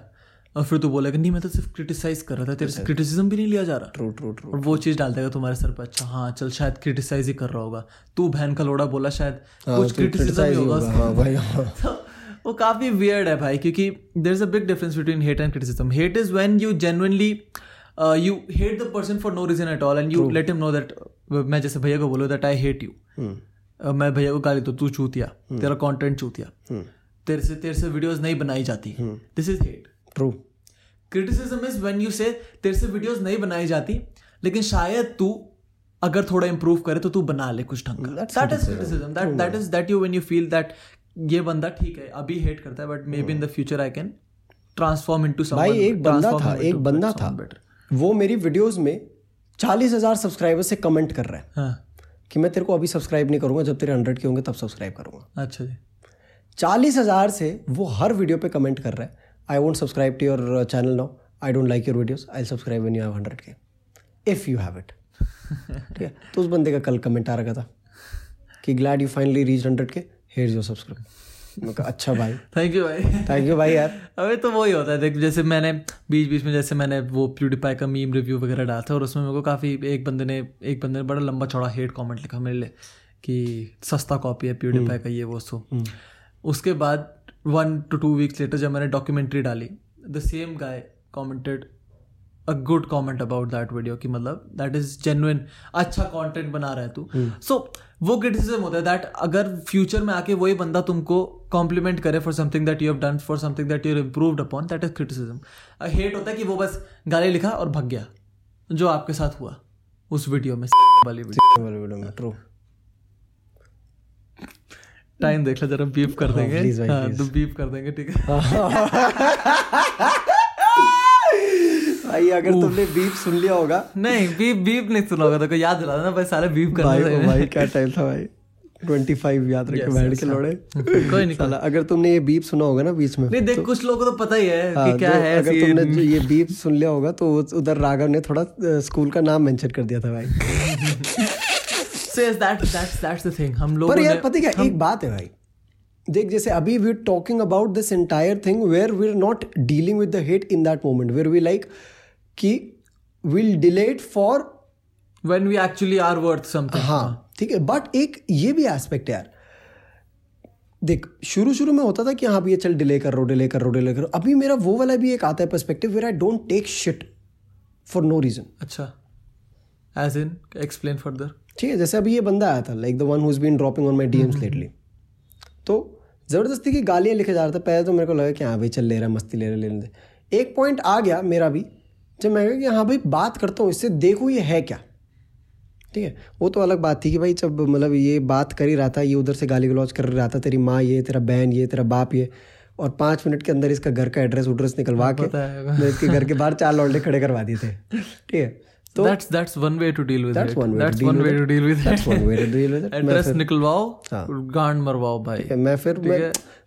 Speaker 1: और फिर तू बोलेगा नहीं मैं तो सिर्फ क्रिटिसाइज कर रहा था तेरे से क्रिटिसिज्म भी नहीं लिया जा रहा
Speaker 2: ट्रू ट्रू ट्रू
Speaker 1: और वो चीज डाल देगा तुम्हारे सर पे अच्छा हाँ चल शायद क्रिटिसाइज ही कर रहा होगा तू बहन का लोड़ा बोला शायद
Speaker 2: तो
Speaker 1: कुछ क्रिटिसिज्म ही होगा उसका।
Speaker 2: हाँ भाई हाँ
Speaker 1: तो वो काफी वियर्ड है भाई क्योंकि there is a big difference between hate and criticism hate is when you genuinely you hate the person for no reason at all and you let him know that मैं जैसे भैया
Speaker 2: Hmm, हम्म। hmm,
Speaker 1: को बोलो that I hate you मैं भैया को गाली तो तू चूतिया तेरा कंटेंट चूतिया तेरे से तेरे से वीडियोस नहीं बनाई जाती
Speaker 2: हम्म।
Speaker 1: This is hate
Speaker 2: true
Speaker 1: criticism is when you say तेरे से वीडियोस नहीं बनाई जाती लेकिन शायद तू अगर थोड़ा इम्प्रूव करे तो तू बना ले कुछ ढंग का that is criticism that that is that you when you feel that ये बंदा ठीक है अभी हेट करता है but maybe in the future I can transform into someone
Speaker 2: भाई एक बंदा था एक बंदा था वो मेरी वीडियोस में चालीस हजार सब्सक्राइबर से कमेंट कर रहा है
Speaker 1: हां
Speaker 2: कि मैं तेरे को अभी सब्सक्राइब नहीं करूंगा जब तेरे हंड्रेड के होंगे तब सब्सक्राइब करूंगा
Speaker 1: अच्छा जी
Speaker 2: चालीस हजार से वो हर वीडियो पे कमेंट कर रहा है I won't subscribe to your channel now I don't like your videos I subscribe when you have hundred K if you <laughs> have it ठीक है तो उस बंदे का कल कमेंट आ रखा था कि glad you finally reach hundred K here your subscribe मैं कहा अच्छा भाई
Speaker 1: थैंक यू भाई
Speaker 2: थैंक यू भाई यार
Speaker 1: अबे तो वही होता है देख जैसे मैंने बीच बीच में जैसे मैंने वो प्यूडीपाई का मीम रिव्यू वगैरह डाला था और उसमें मेरे को काफ़ी एक बंदे ने एक बंदे ने बड़ा लंबा चौड़ा हेट कमेंट लिखा मेरे लिए कि सस्ता कॉपी है प्यूडीपाई का ये वो सो उसके बाद one two two weeks later जब मैंने डॉक्यूमेंट्री डाली the same guy commented a good comment about that video कि मतलब दैट इज जेन्युइन अच्छा कंटेंट बना रहा है तू
Speaker 2: हम्म।
Speaker 1: सो वो क्रिटिसिज्म होता है दैट अगर फ्यूचर में आके वही बंदा तुमको कॉम्प्लीमेंट करे for something that you have done for something that you improved upon that is criticism hate होता है कि वो बस गाली लिखा और भग गया जो आपके साथ हुआ उस वीडियो में वाली वीडियो
Speaker 2: ट्रू
Speaker 1: टाइम देख लो जरा बीप कर देंगे
Speaker 2: please भाई,
Speaker 1: हाँ, तो बीप कर देंगे ठीक है
Speaker 2: भाई अगर तुमने बीप सुन लिया होगा
Speaker 1: नहीं बीप बीप नहीं सुना होगा तो याद दिला देना भाई सारे बीप करना
Speaker 2: भाई ओ
Speaker 1: चाहिए।
Speaker 2: भाई क्या टाइम था भाई 25 याद रखे
Speaker 1: Yes,
Speaker 2: बैठ
Speaker 1: yes,
Speaker 2: के
Speaker 1: हाँ।
Speaker 2: लोड़े
Speaker 1: <laughs> कोई नहीं
Speaker 2: साला अगर तुमने ये बीप सुना होगा ना बीच में
Speaker 1: नहीं देख कुछ लोगों को तो पता ही है
Speaker 2: हाँ,
Speaker 1: कि क्या
Speaker 2: तो
Speaker 1: है
Speaker 2: अगर
Speaker 1: ऐसी-
Speaker 2: तुमने
Speaker 1: <laughs>
Speaker 2: जो ये बीप सुन लिया होगा तो उस- उधर राघव ने थोड़ा अ, स्कूल का नाम मेंशन कर दिया था भाई
Speaker 1: So yes, that- that's- that's the thing. तो हम लोगों
Speaker 2: पर यार
Speaker 1: ने-
Speaker 2: पता है क्या एक बात है भाई देख जैसे अभी we talking about this entire thing where we are not dealing with the hate in that moment where we like कि will delete for
Speaker 1: when we actually are worth something.
Speaker 2: हाँ ठीक है बट एक ये भी एस्पेक्ट है यार देख शुरू शुरू में होता था कि हाँ भैया चल डिले कर रहा हूँ डिले कर रहा हूँ डिले कर रहा हूँ अभी मेरा वो वाला भी एक आता है perspective where I don't take shit for no reason
Speaker 1: अच्छा एज इन एक्सप्लेन फर्दर
Speaker 2: ठीक है जैसे अभी ये बंदा आया था like the one who's been dropping on my
Speaker 1: hmm,
Speaker 2: DMs lately तो ज़बरदस्ती की गालियाँ लिखे जा रहा था पहले तो मेरे को लगा कि हाँ भाई चल ले रहा है, मस्ती ले रहा है, ले रहा है। एक पॉइंट आ गया मेरा भी जब मैं कहा कि हाँ भाई बात करता हूँ इससे देखो ये है क्या ठीक है वो तो अलग बात थी कि भाई जब मतलब ये बात कर ही रहा था ये उधर से गाली गलौज कर रहा था तेरी माँ ये तेरा बहन ये तेरा बाप ये और पाँच मिनट के अंदर इसका घर का एड्रेस उड्रेस निकलवा के
Speaker 1: पता है।
Speaker 2: मैं इसके घर के बाहर चार लौंडे खड़े करवा दिए थे ठीक है तो
Speaker 1: that's that's one way to deal with
Speaker 2: That's
Speaker 1: it
Speaker 2: one way to
Speaker 1: that's
Speaker 2: deal
Speaker 1: one
Speaker 2: with
Speaker 1: way
Speaker 2: it.
Speaker 1: to deal with
Speaker 2: That's
Speaker 1: it
Speaker 2: one way to deal <laughs> with it. मैं
Speaker 1: एड्रेस
Speaker 2: फिर-
Speaker 1: निकलवाओ
Speaker 2: हाँ।
Speaker 1: गांड मरवाओ भाई
Speaker 2: मैं फिर मैं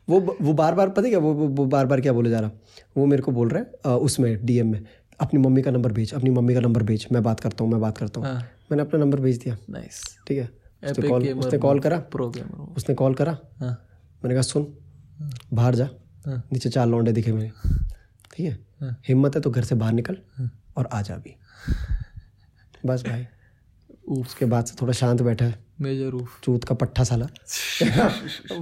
Speaker 2: वो वो बार बार पता है क्या वो वो- वो बार बार क्या बोले जा रहा वो मेरे को बोल रहा है अ, उसमें डीएम में अपनी मम्मी का नंबर भेज अपनी मम्मी का नंबर भेज मैं बात करता हूँ मैं बात करता हूँ
Speaker 1: हाँ।
Speaker 2: मैंने अपना नंबर भेज दिया
Speaker 1: नाइस
Speaker 2: ठीक है उसने
Speaker 1: Epic
Speaker 2: कॉल
Speaker 1: gamer
Speaker 2: उसने कॉल करा
Speaker 1: प्रो गेमर
Speaker 2: उसने कॉल करा
Speaker 1: हाँ
Speaker 2: मैंने कहा सुन बाहर जा
Speaker 1: हाँ।
Speaker 2: नीचे चार लौंडे दिखे मेरे ठीक है हिम्मत है तो घर से बाहर निकल और आ जा भी बस <laughs> भाई उसके बाद से थोड़ा शांत बैठा है
Speaker 1: मेजर रूफ
Speaker 2: चूत का पट्ठा साला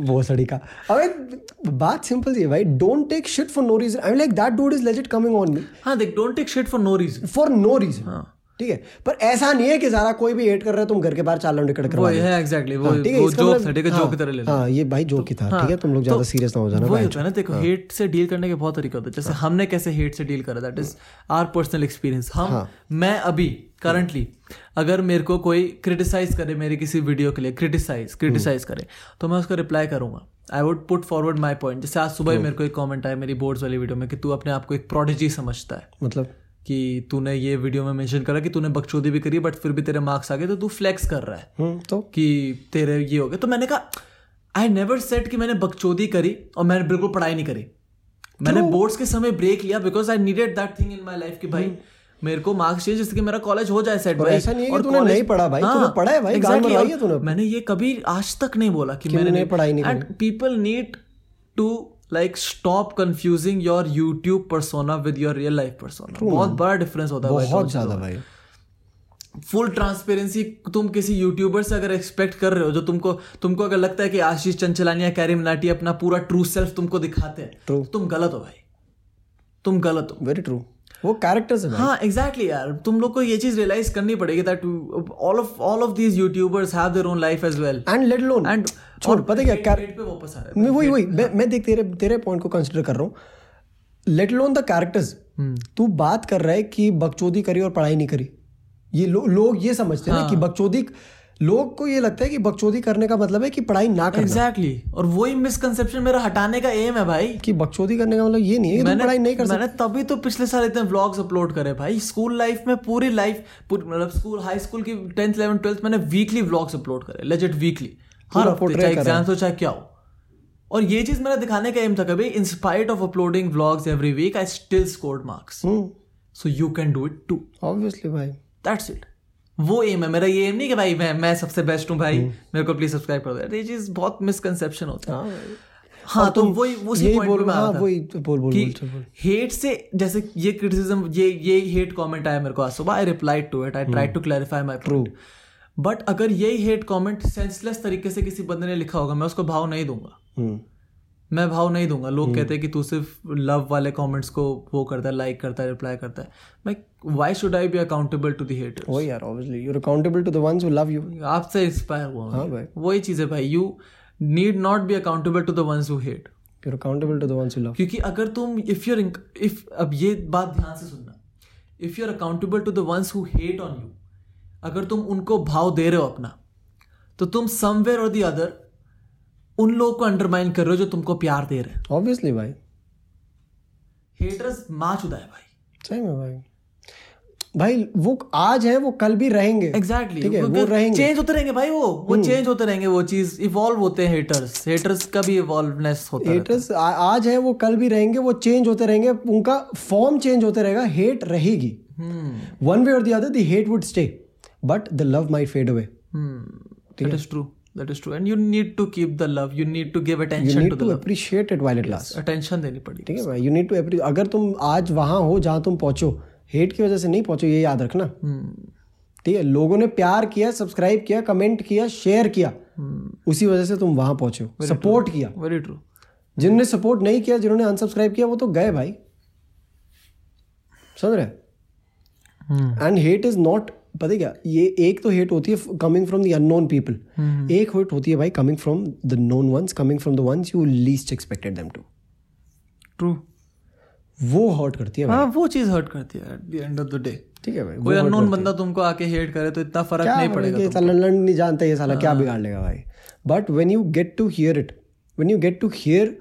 Speaker 2: वो सड़ी का अबे बात सिंपल सी है भाई don't take shit for no reason I like that dude is legit coming on me
Speaker 1: हाँ देख don't take shit for no reason
Speaker 2: for no reason
Speaker 1: हाँ।
Speaker 2: ठीक है पर ऐसा नहीं है कि सारा कोई भी हेट कर रहा है तुम घर के बाहर चार लौंडे खड़े
Speaker 1: वो
Speaker 2: करवा दो।
Speaker 1: है एग्जैक्टली वो
Speaker 2: हाँ, ठीक है,
Speaker 1: वो
Speaker 2: इसका
Speaker 1: जोक
Speaker 2: मतलब-
Speaker 1: था ठीक है
Speaker 2: हाँ,
Speaker 1: जोक की तरह ले लो तो-
Speaker 2: हाँ ये भाई जोक ही था ठीक है तुम लोग ज्यादा सीरियस ना हो जाना
Speaker 1: वही
Speaker 2: भाई
Speaker 1: होता है ना देखो हेट से डील करने के बहुत तरीके होते हैं जैसे हमने कैसे हेट से डील करा that is our personal experience हम मैं अभी करंटली अगर मेरे को कोई क्रिटिसाइज करे मेरे किसी वीडियो के लिए क्रिटिसाइज क्रिटिसाइज करे तो मैं उसका रिप्लाई करूंगा I would put forward my point जैसे आज सुबह ही मेरे को एक कॉमेंट आया मेरी बोर्ड्स वाली वीडियो में कि तू अपने आप को एक प्रोडिजी समझता है
Speaker 2: मतलब
Speaker 1: कि तूने ये वीडियो में मेंशन करा कि तूने बकचोदी भी करी बट फिर भी तेरे मार्क्स आ गए तो तू फ्लेक्स कर रहा है
Speaker 2: हम्म, तो
Speaker 1: कि तेरे ये हो गए तो मैंने कहा आई नेवर सेट कि मैंने बकचोदी करी और मैंने बिल्कुल पढ़ाई नहीं करी मैंने
Speaker 2: तो-
Speaker 1: बोर्ड्स के समय ब्रेक लिया because I needed that thing in my life कि भाई मेरे को मार्क्स चाहिए जिससे कि मेरा कॉलेज हो जाए सेट भाई
Speaker 2: हम्म। ऐसा नहीं है कि
Speaker 1: और
Speaker 2: तूने
Speaker 1: college- हाँ,
Speaker 2: नहीं पढ़ा भाई, तूने पढ़ा है भाई, गाल
Speaker 1: exactly,
Speaker 2: मरवाई
Speaker 1: और
Speaker 2: है तूने अपनी।
Speaker 1: मैंने ये कभी आज तक नहीं बोला कि मैंने
Speaker 2: मैंने पढ़ाई नहीं
Speaker 1: and people need to like stop confusing your YouTube persona with your real life persona बहुत बड़ा डिफरेंस होता है भाई
Speaker 2: बहुत ज्यादा भाई
Speaker 1: फुल ट्रांसपेरेंसी तुम किसी यूट्यूबर से अगर एक्सपेक्ट कर रहे हो जो तुमको तुमको अगर लगता है कि आशीष चंचलानी या कैरी मिनाटी अपना पूरा ट्रू सेल्फ तुमको दिखाते हैं
Speaker 2: True.
Speaker 1: तुम गलत हो भाई तुम गलत हो
Speaker 2: वेरी ट्रू वो कैरेक्टर्स है
Speaker 1: हाँ एग्जैक्टली exactly यार तुम लोग को ये चीज रियलाइज करनी पड़ेगी that all of all of these YouTubers have their own life as well
Speaker 2: and let alone
Speaker 1: and
Speaker 2: छोड़ पता है क्या कैर-
Speaker 1: पे वापस आ रहा
Speaker 2: मैं वही वही
Speaker 1: हाँ।
Speaker 2: मैं मैं देख तेरे तेरे पॉइंट को कंसिडर कर रहा हूँ लेट लोन द कैरेक्टर्स
Speaker 1: हम्म।
Speaker 2: तू बात कर रहा है कि बकचोदी करी और पढ़ाई नहीं करी ये लो, लोग ये समझते हैं ना कि
Speaker 1: हाँ।
Speaker 2: बकचोदी लोग को ये लगता है कि बकचोदी करने का मतलब है कि पढ़ाई ना
Speaker 1: है
Speaker 2: करना
Speaker 1: एग्जैक्टली और वही मिसकंसेप्शन मेरा हटाने का एम है भाई
Speaker 2: कि बकचोदी करने का मतलब ये नहीं है कि तुम पढ़ाई नहीं कर
Speaker 1: मैंने तभी तो पिछले साल इतने व्लॉग्स अपलोड करे भाई स्कूल लाइफ में पूरी लाइफ मतलब स्कूल हाई स्कूल की 10th 11th 12th मैंने वीकली व्लॉग्स अपलोड करे लेजिट वीकली हर
Speaker 2: पूरा
Speaker 1: हफ्ते
Speaker 2: portray
Speaker 1: चाहे
Speaker 2: करा।
Speaker 1: एग्जाम्स हो चाहे क्या हो और ये चीज मेरा दिखाने का एम था कभी in spite of uploading vlogs every week I still scored marks
Speaker 2: सकते
Speaker 1: so you can do it too
Speaker 2: obviously hmm, भाई
Speaker 1: दैट्स इट वो एम है मेरा ये एम नहीं कि भाई मैं मैं सबसे बेस्ट हूँ भाई
Speaker 2: हम्म।
Speaker 1: मेरे को प्लीज सब्सक्राइब कर दो ये चीज बहुत मिसकंसेप्शन होता है
Speaker 2: हाँ भाई।
Speaker 1: हाँ तो वही उसी
Speaker 2: यही
Speaker 1: पॉइंट पे
Speaker 2: बोल
Speaker 1: मैं आ
Speaker 2: हाँ
Speaker 1: रहा था
Speaker 2: वही बोल बोल बोल चल, बोल।
Speaker 1: कि हेट से जैसे ये क्रिटिसिज्म ये ये हेट कमेंट आया मेरे को आज सुबह I reply to it I try
Speaker 2: Hmm.
Speaker 1: To clarify my point but अगर यही हेट कमेंट सेंसलेस तरीके से किसी बंदे ने लिखा होगा मैं उसको भाव नहीं दूंगा
Speaker 2: हम्म,
Speaker 1: मैं भाव नहीं दूंगा
Speaker 2: Hmm.
Speaker 1: लोग कहते हैं कि तू सिर्फ लव वाले कमेंट्स को वो करता है लाइक करता है रिप्लाई करता है मैं why should I be accountable to the hater
Speaker 2: वही यार obviously you are accountable to the ones who love you
Speaker 1: आपसे इंस्पायर हुआ हूं।
Speaker 2: हाँ भाई
Speaker 1: वही चीज़ है भाई you need not be accountable to the ones who hate
Speaker 2: you are accountable to the ones who love
Speaker 1: क्योंकि अगर तुम इफ यूर इफ अब ये बात ध्यान से सुनना if you are accountable to the ones who hate on you अगर तुम उनको भाव दे रहे हो अपना तो तुम समवेयर और दी अदर उन लोगों को अंडरमाइन कर रहे हो जो तुमको प्यार दे रहे हैं
Speaker 2: ऑब्वियसली भाई
Speaker 1: हेटर्स माँ चुदा है भाई
Speaker 2: सही में भाई भाई वो आज है वो कल भी रहेंगे ठीक है, वो
Speaker 1: एग्जैक्टली
Speaker 2: रहेंगे। हम्म।
Speaker 1: चेंज होते रहेंगे भाई वो वो चेंज होते रहेंगे वो चीज इवॉल्व होते हैं हेटर्स हेटर्स का भी इवॉल्वनेस होता है
Speaker 2: हेटर्स आज है वो कल भी रहेंगे वो चेंज होते रहेंगे उनका फॉर्म चेंज होते रहेगा हेट रहेगी
Speaker 1: हम्म,
Speaker 2: वन वे और the other the hate would stay but the love might fade away
Speaker 1: hmm. That is true that is true and you need to keep the love you need to give
Speaker 2: you
Speaker 1: attention to
Speaker 2: need
Speaker 1: the
Speaker 2: to appreciate it while it last
Speaker 1: attention देनी पड़ेगी
Speaker 2: ठीक है भाई you need to appreciate अगर तुम आज वहां हो जहां तुम पहुंचो हेट की वजह से नहीं पहुंचो ये याद रखना
Speaker 1: हम्म।
Speaker 2: ठीक है लोगों ने प्यार किया सब्सक्राइब किया कमेंट किया शेयर किया
Speaker 1: Hmm,
Speaker 2: उसी वजह से तुम वहां पहुंचे हो सपोर्ट किया
Speaker 1: वेरी ट्रू
Speaker 2: जिनने सपोर्ट नहीं किया जिन्होंने अनसब्सक्राइब किया वो तो गए भाई समझ रहे एंड हेट इज नॉट पता है क्या ये एक तो हेट होती है coming from the unknown people एक हेट होती है भाई coming from the known ones coming from the ones you least expected them to
Speaker 1: true
Speaker 2: वो हर्ट करती है भाई
Speaker 1: हाँ वो चीज हर्ट करती है at the end of the day
Speaker 2: ठीक है भाई
Speaker 1: कोई अननोन बंदा तुमको आके हेट करे तो इतना फर्क नहीं पड़ेगा हाँ।
Speaker 2: ये साला लंड नहीं जानता ये साला क्या बिगाड़ लेगा भाई but when you get to hear it when you get to hear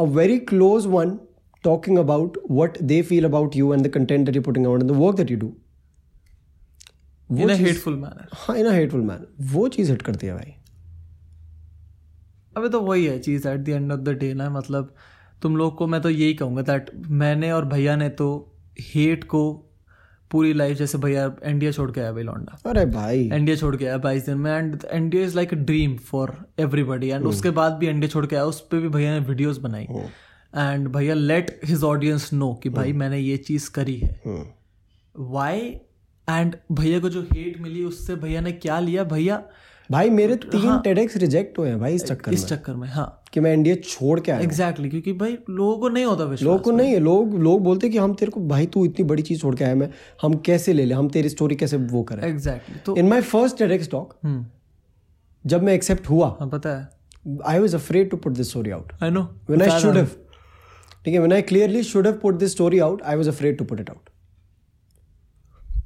Speaker 2: a very close one talking about what they feel about you and the content that you putting out and the work that you do
Speaker 1: in hateful manner
Speaker 2: हाँ in hateful man वो चीज़ hit करती है भाई
Speaker 1: अबे तो वही है चीज at the end of the day ना मतलब तुम लोग को मैं तो यही कहूंगा दैट मैंने और भैया ने तो हेट को पूरी लाइफ जैसे भैया एनडीए छोड़ के आया भाई लौंडा
Speaker 2: अरे भाई
Speaker 1: एनडीए छोड़ के आया बाईस दिन में and NDA is like a dream for everybody
Speaker 2: Hmm.
Speaker 1: And उसके बाद भी एनडीए छोड़ के आया उस पर भी भैया ने वीडियोस बनाई एंड भैया लेट हिज ऑडियंस नो कि भाई
Speaker 2: Hmm.
Speaker 1: मैंने ये चीज करी है
Speaker 2: हम्म,
Speaker 1: वाई एंड भैया को जो हेट मिली उससे भैया ने क्या लिया भैया
Speaker 2: भाई मेरे
Speaker 1: हाँ।
Speaker 2: तीन टेडेक्स रिजेक्ट हुए हैं भाई इस चक्कर में Hmm.
Speaker 1: इस चक्कर में हाँ
Speaker 2: कि मैं इंडिया छोड़ के आया हूँ।
Speaker 1: एग्जैक्टली क्योंकि भाई लोगों को नहीं होता विश्वास
Speaker 2: लोगों को नहीं है लोग लोग बोलते हैं कि हम तेरे को भाई तू इतनी बड़ी चीज़ छोड़ के आया मैं हम कैसे ले ले हम तेरी स्टोरी कैसे वो करें
Speaker 1: एग्जैक्टली तो
Speaker 2: in my first TEDx talk
Speaker 1: hmm
Speaker 2: जब मैं एक्सेप्ट हुआ
Speaker 1: हाँ पता है
Speaker 2: I was afraid to put this story out
Speaker 1: I know
Speaker 2: when I should have ठीक है when I clearly should have put this story out i was afraid to put it out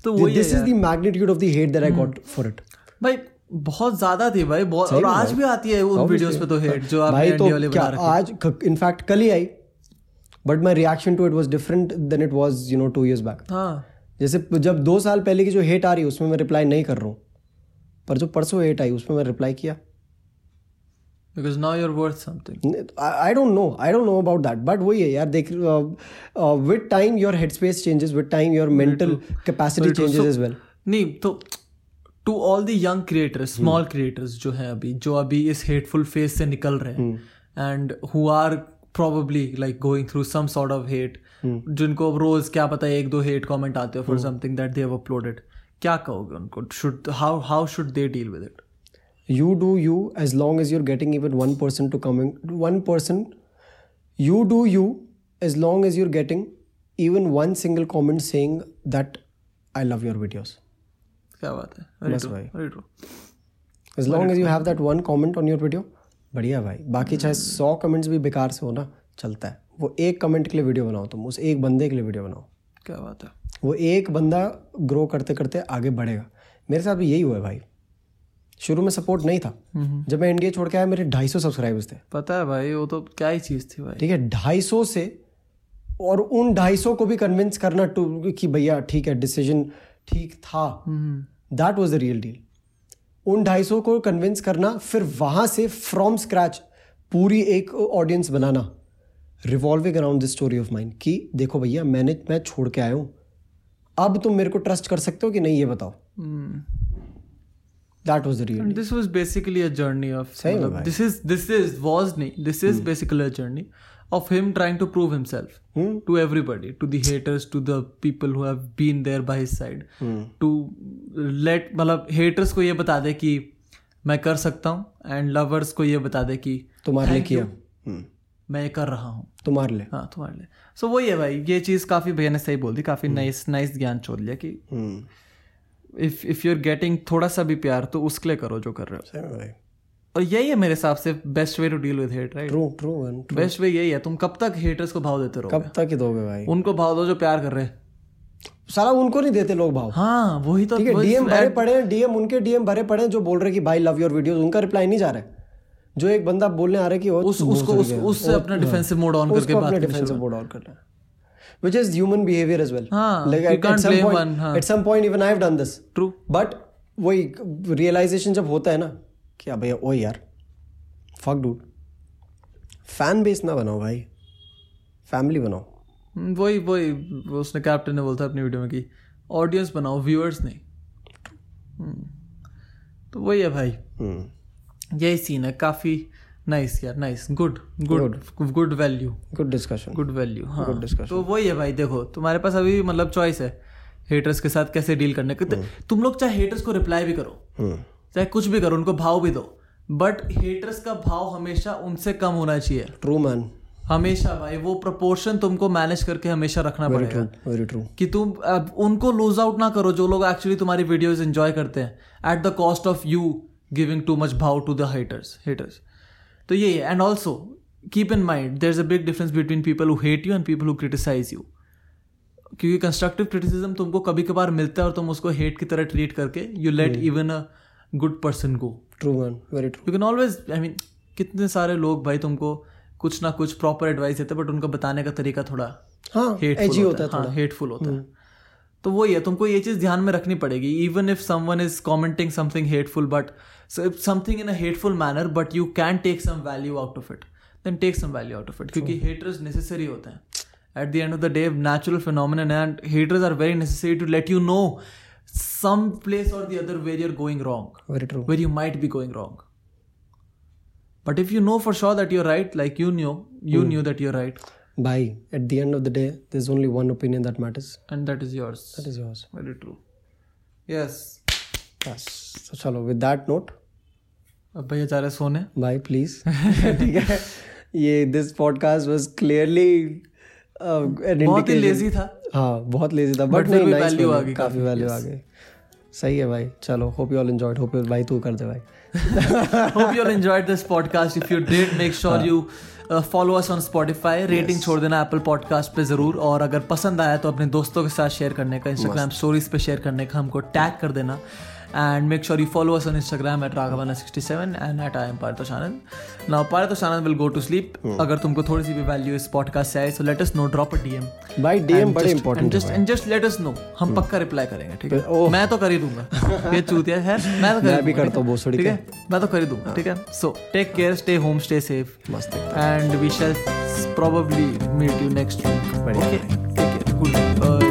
Speaker 1: तो वही हम्म।
Speaker 2: this is the magnitude of the hate that i got for it
Speaker 1: भाई बहुत ज्यादा थी भाई बहुत और आज भी आती है उन वीडियोस पे तो हेट जो आपने
Speaker 2: भाई
Speaker 1: एनडीए वाले
Speaker 2: तो क्या
Speaker 1: बना रखे
Speaker 2: आज इनफैक्ट कल ही आई but my reaction to it was different than it was you know two years back
Speaker 1: हाँ
Speaker 2: जैसे जब दो साल पहले की जो हेट आ रही है उसमें मैं रिप्लाई नहीं कर रहा हूँ पर जो परसों हेट आई उसमें मैं रिप्लाई किया
Speaker 1: because now you are worth something
Speaker 2: I don't know I don't know about that but वही है यार देख uh, with time your head space changes with time your mental capacity changes as well
Speaker 1: नहीं तो to all the young creators
Speaker 2: Hmm.
Speaker 1: Small creators जो हैं अभी जो अभी इस हेटफुल फेज से निकल रहे
Speaker 2: Hmm.
Speaker 1: हैं and who are probably like going through some sort of hate
Speaker 2: Hmm.
Speaker 1: जिनको अब रोज क्या पता एक दो हेट कमेंट आते हो for something that they have uploaded क्या कहोगे उनको should how how should they deal with it
Speaker 2: you do you as long as you're getting even one person to coming one person you do you as long as you're getting even one single comment saying that I love your videos.
Speaker 1: क्या बात है very
Speaker 2: बस
Speaker 1: true
Speaker 2: भाई।
Speaker 1: Very true
Speaker 2: As long as you have that one comment on your video, बढ़िया भाई बाकी चाहे सौ कमेंट्स भी बेकार से हो ना चलता है वो एक कमेंट के लिए वीडियो बनाओ तुम उस एक बंदे के लिए वीडियो बनाओ
Speaker 1: क्या बात है
Speaker 2: वो एक बंदा ग्रो करते करते आगे बढ़ेगा मेरे साथ भी यही हुआ है भाई शुरू में सपोर्ट नहीं था जब मैं इंडिया छोड़ के आया मेरे 250 सब्सक्राइबर्स थे
Speaker 1: पता है भाई वो तो क्या ही चीज़ थी भाई
Speaker 2: ठीक है 250 से और उन 250 को भी कन्विंस करना टू कि भैया ठीक है डिसीजन ठीक था
Speaker 1: hmm,
Speaker 2: that was the real deal उन 250 को कन्विंस करना फिर वहां से फ्रॉम स्क्रैच पूरी एक ऑडियंस बनाना revolving around this story of mind कि देखो भैया मैंने मैं छोड़ के आया हूँ अब तुम मेरे को ट्रस्ट कर सकते हो कि नहीं ये बताओ
Speaker 1: hmm
Speaker 2: that was the real
Speaker 1: And this was basically a journey of
Speaker 2: Same,
Speaker 1: मतलब,
Speaker 2: bhai.
Speaker 1: this is this is was नहीं this is basically a journey of him trying to prove himself
Speaker 2: Hmm.
Speaker 1: to everybody to the haters to the people who have been there by his side to let मतलब haters को ये बता दे कि मैं कर सकता हूँ and lovers को ये बता दे कि
Speaker 2: तुम्हारे लिए
Speaker 1: Thank
Speaker 2: किया हम्म।
Speaker 1: you. मैं ये कर रहा हूँ
Speaker 2: तुम्हारे लिए
Speaker 1: हाँ तुम्हारे लिए सो वही है भाई ये चीज़ काफ़ी भैया ने सही बोल दी काफ़ी नाइस नाइस ज्ञान छोड़ लिया कि
Speaker 2: हम्म,
Speaker 1: if if you are getting थोड़ा सा भी प्यार तो उसके लिए करो जो कर रहे हो
Speaker 2: सही में भाई
Speaker 1: और यही है मेरे हिसाब से best way to deal with hate right
Speaker 2: true true one
Speaker 1: best way यही है तुम कब तक हेटर्स को भाव देते रहो
Speaker 2: कब तक ही दोगे भाई
Speaker 1: उनको भाव दो जो प्यार कर रहे हैं
Speaker 2: साला उनको नहीं देते लोग भाव
Speaker 1: हाँ वही तो
Speaker 2: ठीक है
Speaker 1: वही-
Speaker 2: डीएम भरे पड़े हैं डीएम उनके डीएम भरे पड़े हैं जो बोल रहे हैं कि भाई लव योर वीडियोस उनका रिप्लाई नहीं जा रहा है जो एक बंदा बोलने आ रहा है कि वो तो
Speaker 1: उस उसको उस, उससे अपना डिफेंसिव मोड ऑन करके
Speaker 2: हाँ। उसको
Speaker 1: बात
Speaker 2: अपने
Speaker 1: करनी
Speaker 2: डिफेंस सपोर्ट और करना है which is human behaviour as well
Speaker 1: हाँ, you can't blame one, हाँ।
Speaker 2: At some point even I have done this
Speaker 1: true
Speaker 2: but वही रियलाइजेशन जब होता है ना क्या भैया ओ यार फक डूड फैन बेस ना बनाओ भाई फैमिली बनाओ
Speaker 1: वही वही वो उसने कैप्टन ने बोला था अपनी वीडियो में कि ऑडियंस बनाओ व्यूअर्स नहीं हम्म। तो वही है भाई
Speaker 2: हम्म
Speaker 1: यही सीन है काफ़ी नाइस यार nice good good good value
Speaker 2: good discussion
Speaker 1: good value हाँ तो वही है भाई देखो तुम्हारे पास अभी मतलब चॉइस है हेटर्स के साथ कैसे डील करने का तुम लोग चाहे हेटर्स को रिप्लाई भी करो
Speaker 2: हम्म
Speaker 1: चाहे कुछ भी करो उनको भाव भी दो बट हेटर्स का भाव हमेशा उनसे कम होना चाहिए
Speaker 2: ट्रू मैन
Speaker 1: हमेशा भाई वो प्रपोर्शन तुमको मैनेज करके हमेशा रखना पड़ेगा
Speaker 2: वेरी ट्रू
Speaker 1: कि तुम अब उनको लूज आउट ना करो जो लोग एक्चुअली तुम्हारी वीडियोस एंजॉय करते हैं at the cost of you giving too much भाव टू द हेटर्स हेटर्स तो ये and also keep in mind there is a big difference between people who hate you and people who criticise you क्योंकि constructive criticism तुमको कभी कभार मिलता है और तुम उसको हेट की तरह ट्रीट करके you let even a good person go
Speaker 2: true man very true
Speaker 1: you can always I mean कितने सारे लोग भाई तुमको कुछ ना कुछ प्रॉपर एडवाइस देते बट उनको बताने का तरीका थोड़ा
Speaker 2: हाँ
Speaker 1: हेटफुल
Speaker 2: एजी होता है
Speaker 1: हाँ,
Speaker 2: थोड़ा हम्म।
Speaker 1: हेटफुल होता है तो वही है तुमको ये चीज ध्यान में रखनी पड़ेगी even if someone is commenting something hateful, but so if something in a hateful manner, but you can take some value out of it, then take some value out of it. Because haters necessary hote hain. At the end of the day, natural phenomenon, and haters are very necessary to let you know some place or the other where you're going wrong.
Speaker 2: Very true.
Speaker 1: Where you might be going wrong. But if you know for sure that you're right, like you knew
Speaker 2: Hmm.
Speaker 1: that you're right.
Speaker 2: Bhai, at the end of the day, there's only one opinion that matters.
Speaker 1: And that is yours.
Speaker 2: Very
Speaker 1: true. Yes,
Speaker 2: बस तो चलो with that note
Speaker 1: अब भैया जा रहे हैं सोने <laughs>
Speaker 2: भाई प्लीज ठीक है ये this podcast was clearly an
Speaker 1: बहुत ही लेजी था
Speaker 2: uh, हाँ बहुत लेजी था बट
Speaker 1: फिर
Speaker 2: नहीं
Speaker 1: भी
Speaker 2: nice
Speaker 1: value
Speaker 2: value,
Speaker 1: आ गई
Speaker 2: काफी वैल्यू आ गई सही है भाई चलो hope you all enjoyed hope भाई तू कर दे भाई
Speaker 1: hope you enjoyed this podcast if you did make sure you uh, follow us on spotify rating छोड़ देना apple podcast पे जरूर और अगर पसंद आया तो अपने दोस्तों के साथ शेयर करने का instagram stories पे शेयर करने का हमको टैग कर देना and make sure you follow us on Instagram at राघवाना sixty seven and at I am Partosh Anand now Partosh Anand will go to sleep अगर तुमको थोड़ी सी भी वैल्यू इस पॉडकास्ट से आए so let us know drop a DM
Speaker 2: भाई डीएम बड़े Hmm. Important
Speaker 1: just and just let us know हम पक्का रिप्लाई करेंगे ठीक
Speaker 2: तो- ओह।
Speaker 1: है मैं तो कर ही
Speaker 2: <laughs>
Speaker 1: दूंगा ये चूतिया है मैं तो कर ही
Speaker 2: मैं भी
Speaker 1: दूंगा,
Speaker 2: करता हूँ, भोसड़ी
Speaker 1: ठीक है मैं तो कर ही दूंगा ठीक है
Speaker 2: हाँ।
Speaker 1: So take care stay home stay safe
Speaker 2: मस्त
Speaker 1: and we shall probably meet you next week
Speaker 2: बढ़िया।
Speaker 1: Okay take care good